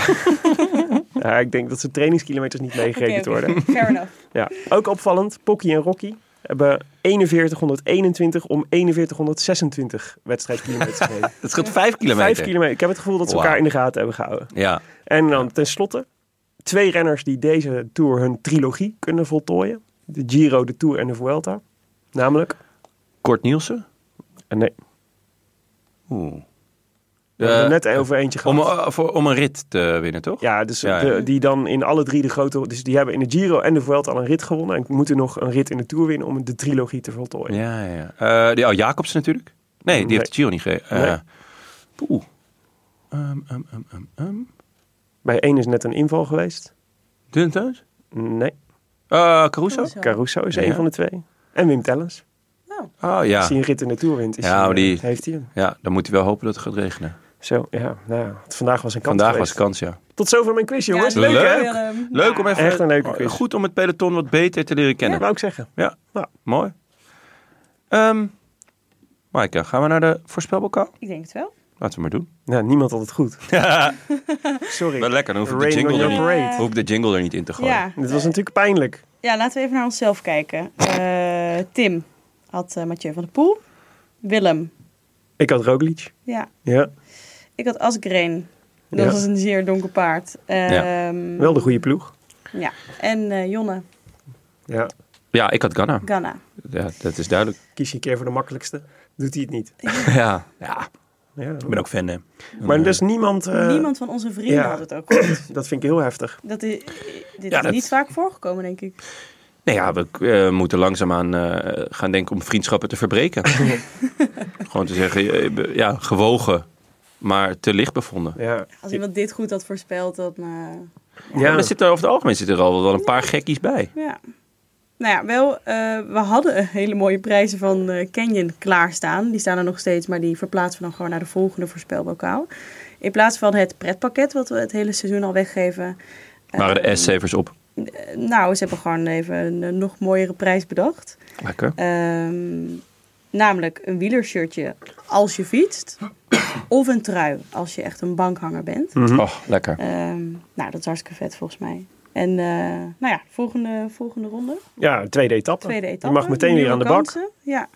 E: ja ik denk dat zijn trainingskilometers niet meegerekend
C: Oké, oké.
E: worden.
C: Fair enough.
E: Ja, ook opvallend, Pocky en Rocky hebben 4121 om 4126 wedstrijdkilometers gereden.
D: Het scheelt vijf kilometer.
E: Vijf kilometer. Ik heb het gevoel dat ze
D: Wauw.
E: elkaar in de gaten hebben gehouden.
D: Ja.
E: En dan tenslotte twee renners die deze Tour hun trilogie kunnen voltooien. De Giro, de Tour en de Vuelta. Namelijk...
D: Kort Nielsen?
E: eh, nee,
D: Oeh.
E: we hebben
D: Eh,
E: er net over eentje gehad.
D: om, eh, voor, om een rit te winnen, toch?
E: Ja, dus
D: Ja, ja.
E: de- die dan in alle drie de grote... Dus die hebben in de Giro en de Vuelta al een rit gewonnen. En moeten nog een rit in de Tour winnen om de trilogie te voltooien.
D: Ja, ja. Eh, die, oh, Jacobs natuurlijk. Nee, die
E: Nee.
D: heeft de Giro niet gereden. Eh,
E: Nee.
D: Poeh. Ehm, ehm, ehm, ehm, ehm.
E: Bij één is net een inval geweest.
D: Dunteus?
E: Nee.
D: Eh, Caruso?
C: Zo.
E: Caruso is
D: Ja.
E: een van de twee. En Wim Tellens.
D: Oh
E: Als
D: ja.
E: hij een rit in de Tour wint, is
D: Ja,
E: hij- eh,
D: maar die-
E: heeft hij hem.
D: Ja, dan moet hij wel hopen dat het gaat regenen.
E: Zo, ja. Nou, ja, het- vandaag was een kans
D: Vandaag was
E: geweest.
D: de kans, ja.
E: Tot zover mijn quiz, jongens.
C: Ja,
E: leuk,
D: leuk.
E: hè?
D: Leuk.
C: Willem.
D: Leuk om even...
E: Echt een leuke quiz.
D: Goed om het peloton wat beter te leren
E: Ja,
D: kennen.
E: wou ik zeggen.
D: Ja,
E: Nou.
D: mooi. Ehm Maaike, gaan we naar de voorspelbokaal?
C: Ik denk het wel.
D: Laten we maar doen.
E: Nou, niemand had het goed. Sorry.
D: Wel lekker, dan hoef ik de
E: Rain on
D: jingle er
E: your
D: niet,
E: parade.
D: hoef ik de jingle er niet in te gooien.
C: Ja.
E: Dit was natuurlijk pijnlijk.
C: ja, laten we even naar onszelf kijken. Eh, Tim had eh, Mathieu van der Poel. Willem.
E: Ik had Roglic.
C: Ja.
E: Ja,
C: Ik had Asgreen.
E: Ja.
C: Dat was een zeer donker paard.
D: Ja.
C: Ehm,
E: wel de goede ploeg.
C: Ja. En eh, Jonne.
E: Ja.
D: Ja, ik had Ghana.
C: Ganna.
D: Ja, dat is duidelijk.
E: Kies je een keer voor de makkelijkste. Doet hij het niet.
D: ja. ja,
E: Ja.
D: ik ben ook fan, hè.
E: Maar dus niemand... eh,
C: Niemand van onze vrienden
E: ja.
C: had het ook goed.
E: Dat vind ik heel heftig.
C: Dat is, dit
D: Ja,
C: is
D: dat-
C: niet vaak voorgekomen, denk ik.
D: Nee, ja, we eh, moeten langzaamaan eh gaan denken om vriendschappen te verbreken. Gewoon te zeggen, eh, be- ja, gewogen, maar te licht bevonden.
E: Ja.
C: Als iemand dit goed had voorspeld, dan... eh,
D: Ja. Er zitten over het algemeen zitten er al wel een paar gekkies bij.
C: Ja. Nou ja, wel, eh, we hadden hele mooie prijzen van eh, Canyon klaarstaan. Die staan er nog steeds, maar die verplaatsen we dan gewoon naar de volgende voorspelbokaal. In plaats van het pretpakket, wat we het hele seizoen al weggeven. eh,
D: Waren de S-savers op.
C: eh, nou, ze hebben gewoon even een eh, nog mooiere prijs bedacht.
D: Lekker.
C: Ehm, namelijk een wielershirtje als je fietst. Of een trui als je echt een bankhanger bent.
D: Oh, lekker.
C: Ehm, nou, dat is hartstikke vet volgens mij. En eh, nou ja, volgende, volgende ronde.
E: Ja, tweede etappe.
C: Tweede etappe.
E: Oh, Je mag meteen
C: nieuwe
E: weer aan de bak.
C: kansen. Ja.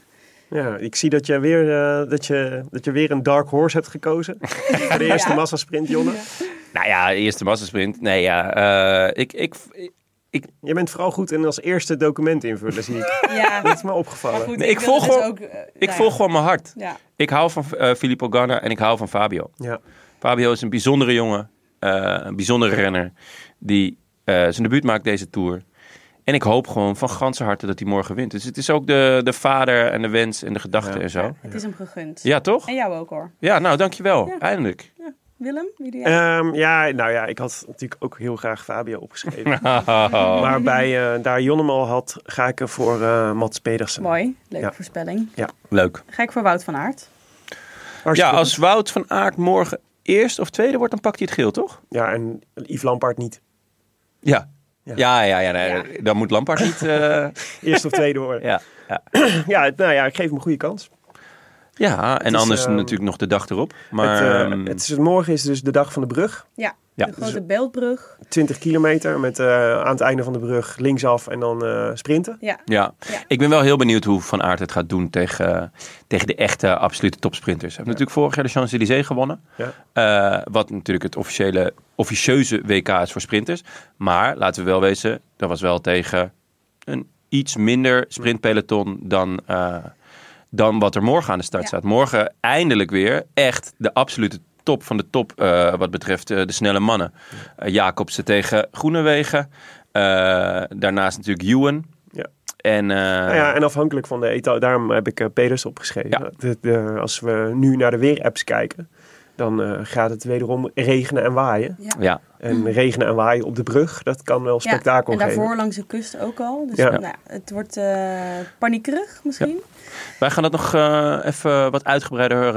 E: Ja, ik zie dat je weer, eh, dat je, dat je weer een dark horse hebt gekozen. Voor de eerste
C: Ja.
E: massasprint, Jonne.
D: Nou ja, eerste massasprint. Nee, ja, eh, ik, ik,
E: Je bent vooral goed in als eerste document invullen, zie ik.
C: ja.
E: Dat is me
C: Maar
E: opgevallen.
C: goed,
D: Nee, ik
C: wil
D: volg
C: dus
D: gewoon-
C: ook, eh,
D: ik
C: nou
D: volg
C: ja.
D: gewoon mijn hart.
C: Ja.
D: Ik hou van eh, Filippo Ganna en ik hou van Fabio.
E: Ja.
D: Fabio is een bijzondere jongen, eh, een bijzondere renner die eh, zijn debuut maakt deze Tour. En ik hoop gewoon van ganse harte dat hij morgen wint. Dus het is ook de, de vader en de wens en de gedachte
E: Ja.
D: en zo.
C: Het is hem gegund.
D: Ja, toch?
C: En jou ook hoor.
D: Ja, nou, dankjewel.
C: Ja.
D: Eindelijk.
C: Willem, wie doe jij?
E: Ehm, ja, nou ja, ik had natuurlijk ook heel graag Fabio opgeschreven.
D: Oh.
E: Maar bij eh, daar Jonne hem al had, ga ik er voor eh Mats Pedersen.
C: Mooi, leuke
E: ja.
C: voorspelling.
D: Leuk.
C: Ga ik voor Wout van Aert.
D: Ja,
E: Hartstikke goed.
D: als Wout van Aert morgen eerst of tweede wordt, dan pakt hij het geel, toch?
E: ja, en Yves Lampaard niet.
D: Ja. Ja, ja, ja. nee, Dan moet Lampard niet... eh,
E: Eerste of tweede worden. Ja.
D: ja, ja.
E: het- nou ja, ik geef hem een goede kans.
D: ja, en
E: is,
D: anders
E: ehm,
D: natuurlijk nog de dag erop. Maar
E: het, eh,
D: ehm,
E: het is, morgen is dus de dag van de brug.
C: Ja,
D: Ja.
C: de grote Beltbrug.
E: 20 kilometer met eh, aan het einde van de brug linksaf en dan eh, sprinten.
C: Ja.
D: ja.
C: Ja.
D: ik ben wel heel benieuwd hoe Van Aert het gaat doen tegen, tegen de echte absolute topsprinters. Hij heeft natuurlijk vorig jaar de Champs-Élysées gewonnen.
E: Ja.
D: Eh, wat natuurlijk het officiële, officieuze WK is voor sprinters. Maar laten we wel wezen, dat was wel tegen een iets minder sprintpeloton dan, eh, dan wat er morgen aan de start
C: Ja.
D: staat. Morgen eindelijk weer echt de absolute top van de top eh, wat betreft eh, de snelle mannen. Eh, Jacobsen tegen Groenewegen. Eh, daarnaast natuurlijk Ewan.
E: Ja.
D: En, eh,
E: Nou ja, en afhankelijk van de etappe, daarom heb ik eh, Peders opgeschreven.
D: Ja.
E: De- de- als we nu naar de weerapps kijken, dan eh, gaat het wederom regenen en waaien.
D: ja.
E: En regenen en waaien op de brug, dat kan wel
C: Mm. Ja,
E: spektakel
C: en daarvoor
E: geven.
C: langs de kust ook al. Dus
E: Ja.
C: nou, ja, het wordt eh, paniekerig misschien.
D: Wij gaan dat nog eh, even wat uitgebreider eh,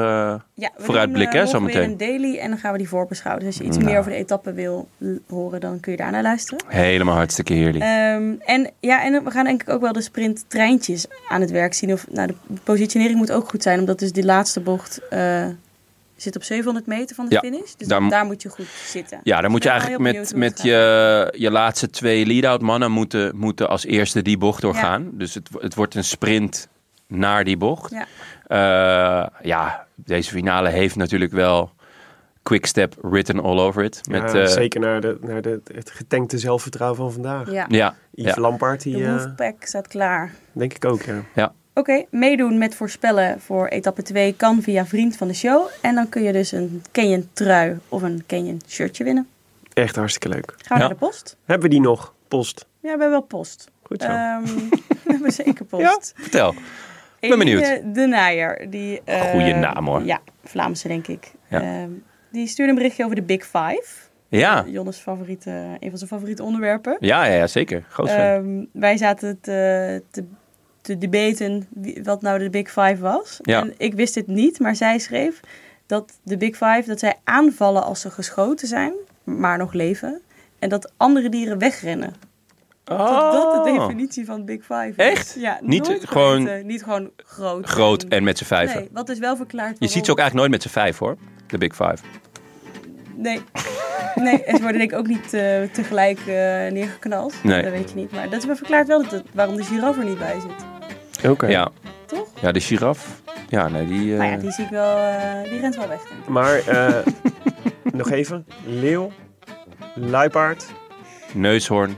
C: Ja, we
D: Vooruitblik,
C: doen,
D: hè,
C: eh, morgen
D: zometeen. Nou.
C: weer een daily en dan gaan we die voorbeschouwen. Dus als je iets meer over de etappe wil l- horen, dan kun je daarna luisteren.
D: helemaal hartstikke heerlijk.
C: Ehm, en, ja, en we gaan denk ik ook wel de sprinttreintjes aan het werk zien. Of, nou, de positionering moet ook goed zijn, omdat dus die laatste bocht eh, zit op 700 meter van de
D: Ja,
C: finish. Dus
D: daar
C: daar,
D: mo-
C: moet je goed zitten.
D: Ja, dan moet je
C: ben wel
D: eigenlijk
C: heel
D: met,
C: benieuwd
D: met
C: hoe het
D: je, je laatste twee lead-out mannen moeten, moeten als eerste die bocht doorgaan. Dus het, het wordt een sprint naar die bocht.
C: Ja.
D: Ja, ja deze finale heeft natuurlijk wel quickstep written all over it. Met,
E: Ja,
D: eh,
E: zeker naar, de, naar de, het getankte zelfvertrouwen van vandaag.
C: Ja,
D: Ja,
E: Yves
D: ja.
E: Lampaard, die,
C: de
E: eh,
C: hoofdpack staat klaar.
E: denk ik ook. Ja.
C: Oké, meedoen met voorspellen voor etappe 2 kan via vriend van de show. En dan kun je dus een Canyon trui of een Canyon shirtje winnen.
E: Echt hartstikke leuk.
C: Gaan we
D: Ja.
C: naar de post?
E: Hebben we die nog? Post.
C: Ja, we hebben wel post.
E: Goed zo.
C: Ehm, we hebben zeker post.
D: vertel.
C: Ik
D: ben benieuwd.
C: De Naaier. Die, eh,
D: Goeie naam, hoor.
C: Ja, Vlaamse denk ik.
D: Ja.
C: Ehm, die stuurde een berichtje over de Big Five.
D: Ja,
C: Jonnes favoriete, een van zijn favoriete onderwerpen.
D: ja, ja, ja zeker. Groot fan.
C: Ehm, wij zaten te, te, te debaten wie- wat nou de Big Five was.
D: Ja.
C: En ik wist dit niet, maar zij schreef dat de Big Five, dat zij aanvallen als ze geschoten zijn, maar nog leven. En dat andere dieren wegrennen. Dat dat de
D: Oh.
C: definitie van Big Five is.
D: Echt?
C: Ja,
D: Niet,
C: nooit
D: eh, gewoon-
C: vergeten, niet gewoon groot.
D: Groot en met z'n vijven.
C: Nee, wat dus wel verklaart
D: Je
C: waarom-
D: ziet ze ook eigenlijk nooit met z'n vijf hoor. De Big Five.
C: Nee. Nee, en ze worden denk ik ook niet eh, tegelijk eh, neergeknald.
D: Nee.
C: Dat weet je niet. Maar dat is wel verklaart wel dat het, waarom de giraf er niet bij zit.
E: Oké.
D: Ja.
C: Toch?
D: ja, de giraf. Ja, nee, die... eh,
C: Nou ja, die zie ik wel... eh, die rent wel weg. denk ik.
E: Maar eh, nog even. Leeuw, luipaard,
D: Neushoorn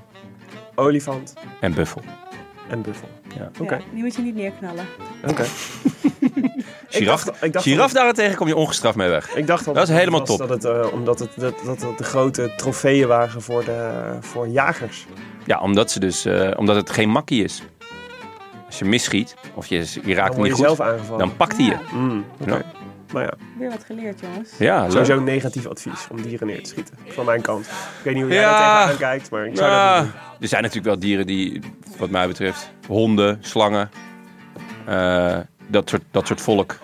E: olifant
D: en buffel.
E: en buffel.
D: Ja.
E: Oké.
C: Ja, die moet je niet neerknallen.
E: Oké.
D: Giraf,
E: dacht- ik dacht-
D: giraf daarentegen kom je ongestraft mee weg.
E: Ik dacht al
D: Dat is
E: het
D: helemaal
E: was
D: top.
E: Dat het, eh, omdat het, dat, dat het de grote trofeeën waren voor, de, voor jagers.
D: Ja, omdat, ze dus, eh, omdat het geen makkie is. Als je misschiet, of je, je raakt
E: Dan
D: hem
E: word
D: niet
E: je
D: goed,
E: zelf aangevallen.
D: dan pakt hij je.
C: Ja,
E: Mm, oké.
D: Ja.
E: Nou ja,
C: weer wat geleerd, jongens.
D: Ja, leuk.
E: sowieso een negatief advies om dieren neer te schieten. Van mijn kant. Ik weet niet hoe jij
D: Ja.
E: daar tegenaan kijkt, maar ik zou dat
D: Ja,
E: niet doen.
D: er zijn natuurlijk wel dieren die, wat mij betreft, honden, slangen, eh, dat, soort, dat soort volk,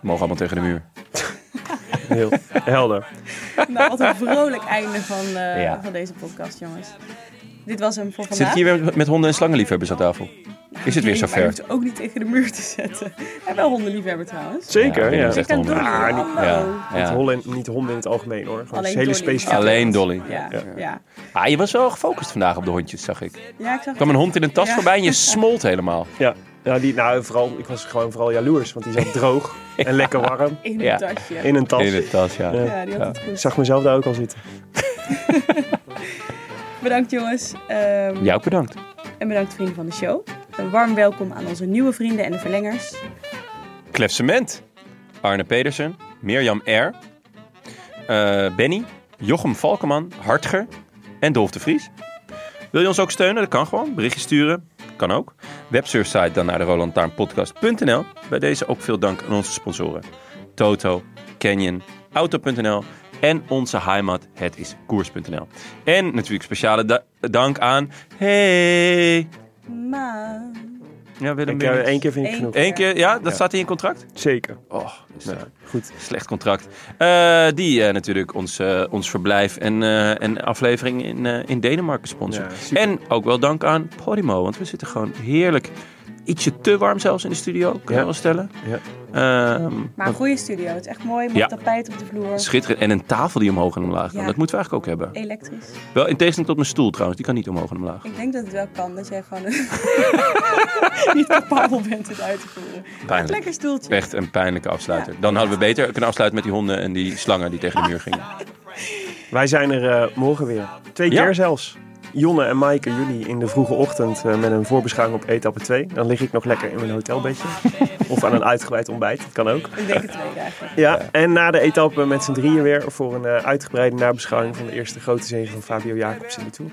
D: mogen allemaal tegen de muur.
E: Heel helder.
C: Nou, wat een vrolijk einde van, eh,
D: Ja.
C: van deze podcast, jongens. Dit was hem voor vandaag.
D: Zit ik hier weer met- met honden en slangenliefhebbers aan tafel? Is het weer
C: Nee, maar Je
D: zover?
C: hoeft ook niet tegen de muur te zetten. En wel hondenliefhebber trouwens.
D: Ja, ik
E: Zeker,
D: weet
E: ja.
D: niet
C: Ik
D: echt
C: ken
D: honden.
C: Dolly.
E: Ah, niet-
C: Hallo.
D: Ja,
E: Niet,
D: ja.
E: honden, in- niet honden in het algemeen hoor. Gewoon
C: Alleen
E: Oh, hele
C: Dolly.
E: specifieke.
D: Alleen Dolly.
C: Ja, ja. ja.
D: Ah, je was wel gefocust vandaag op de hondjes, zag ik. Er
C: ik zag
D: kwam een hond in een tas
C: Ja.
D: voorbij en je smolt helemaal.
E: Ja. Ja, die, nou, vooral, ik was gewoon vooral jaloers, want die zat droog en lekker warm
C: in een
D: Ja.
C: tasje.
E: in een tas.
D: In de tas, ja.
C: Ja, die had het
E: Ik
C: goed.
E: zag mezelf daar ook al zitten.
C: Bedankt jongens. Ehm,
D: Jou ook bedankt.
C: En bedankt vrienden van de show. Een warm welkom aan onze nieuwe vrienden en de verlengers.
D: Klef Cement, Arne Pedersen, Mirjam R, eh, Benny, Jochem Valkeman, Hartger en Dolf de Vries. Wil je ons ook steunen? Dat kan gewoon. Berichtje sturen, kan ook. Websurfsite dan naar de rolandtaarnpodcast.nl. Bij deze ook veel dank aan onze sponsoren. Toto, Canyon, Auto.nl en onze heimat, het is koers.nl. En natuurlijk speciale da- dank aan... Hey!
C: Maar...
D: Ja, Willem
E: Eén keer,
D: Wilmink.
E: één keer vind ik
C: Eén
E: genoeg.
D: Eén keer, ja, dat staat in je contract?
E: Zeker.
D: Oh, dus,
E: Nou,
D: eh,
E: goed.
D: slecht contract. Eh, die eh, natuurlijk ons, eh, ons verblijf en, eh, en aflevering in, eh, in Denemarken
E: Ja,
D: sponsoren.
E: super.
D: en ook wel dank aan Podimo, want we zitten gewoon heerlijk. Ietsje te warm zelfs in de studio, kan je
E: Ja.
D: wel stellen.
E: Ja.
D: Ehm,
C: Maar een goede studio. Het is echt mooi. Mooi
D: Ja.
C: tapijt op de vloer.
D: schitterend. En een tafel die omhoog en omlaag kan.
C: Ja.
D: Dat moeten we eigenlijk ook hebben.
C: Elektrisch.
D: Wel in tegenstelling tot mijn stoel trouwens, die kan niet omhoog en omlaag.
C: Ik denk dat het wel kan. Dat jij gewoon niet capabel bent het uit te voeren.
D: Pijnlijk.
C: Lekker stoeltje.
D: Echt een pijnlijke afsluiter. Dan hadden we beter kunnen afsluiten met die honden en die slangen die tegen de muur gingen.
E: Wij zijn er eh, morgen weer. Twee
D: Ja.
E: keer zelfs. Jonne en Maaike, jullie in de vroege ochtend eh, met een voorbeschouwing op etappe 2. Dan lig ik nog lekker in mijn hotelbedje. of aan een uitgebreid ontbijt, dat kan ook.
C: Ik denk het tweede eigenlijk.
E: Ja, en na de etappe met z'n drieën weer voor een eh, uitgebreide nabeschouwing van de eerste grote zege van Fabio Jacobs in de Tour.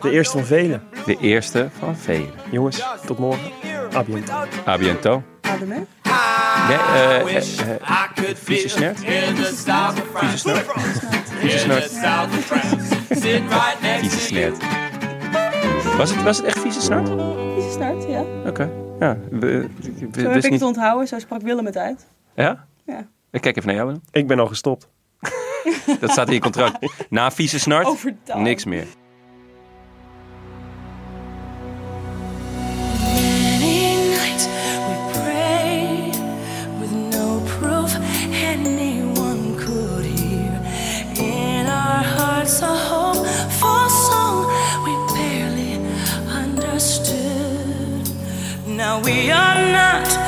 E: De eerste van velen.
D: De eerste van velen.
E: Jongens, tot morgen. A bientôt.
D: A biento.
C: Ademen.
D: Nee, eh, eh,
B: wish
D: eh,
B: I could
D: vieze
B: be
D: snert.
B: in the south of France. In the
D: snert.
B: south of France. Sitting right
D: Vieze
B: next to you.
D: snert. Was het, was het echt vieze snert? Oké,
C: Vieze snart, ja.
D: ja. We, we- we-
C: Zo heb
D: wist
C: ik het
D: niet.
C: onthouden. Zo sprak Willem het uit.
D: Ja?
C: Ja.
D: Ik kijk even naar jou. Willem.
E: Ik ben al gestopt.
D: Dat staat in je contract. Na vieze snart,
C: Overdag.
D: niks meer.
G: Many nights we prayed with no proof anyone could hear. In our hearts, a hopeful song we barely understood. Now we are not Oh,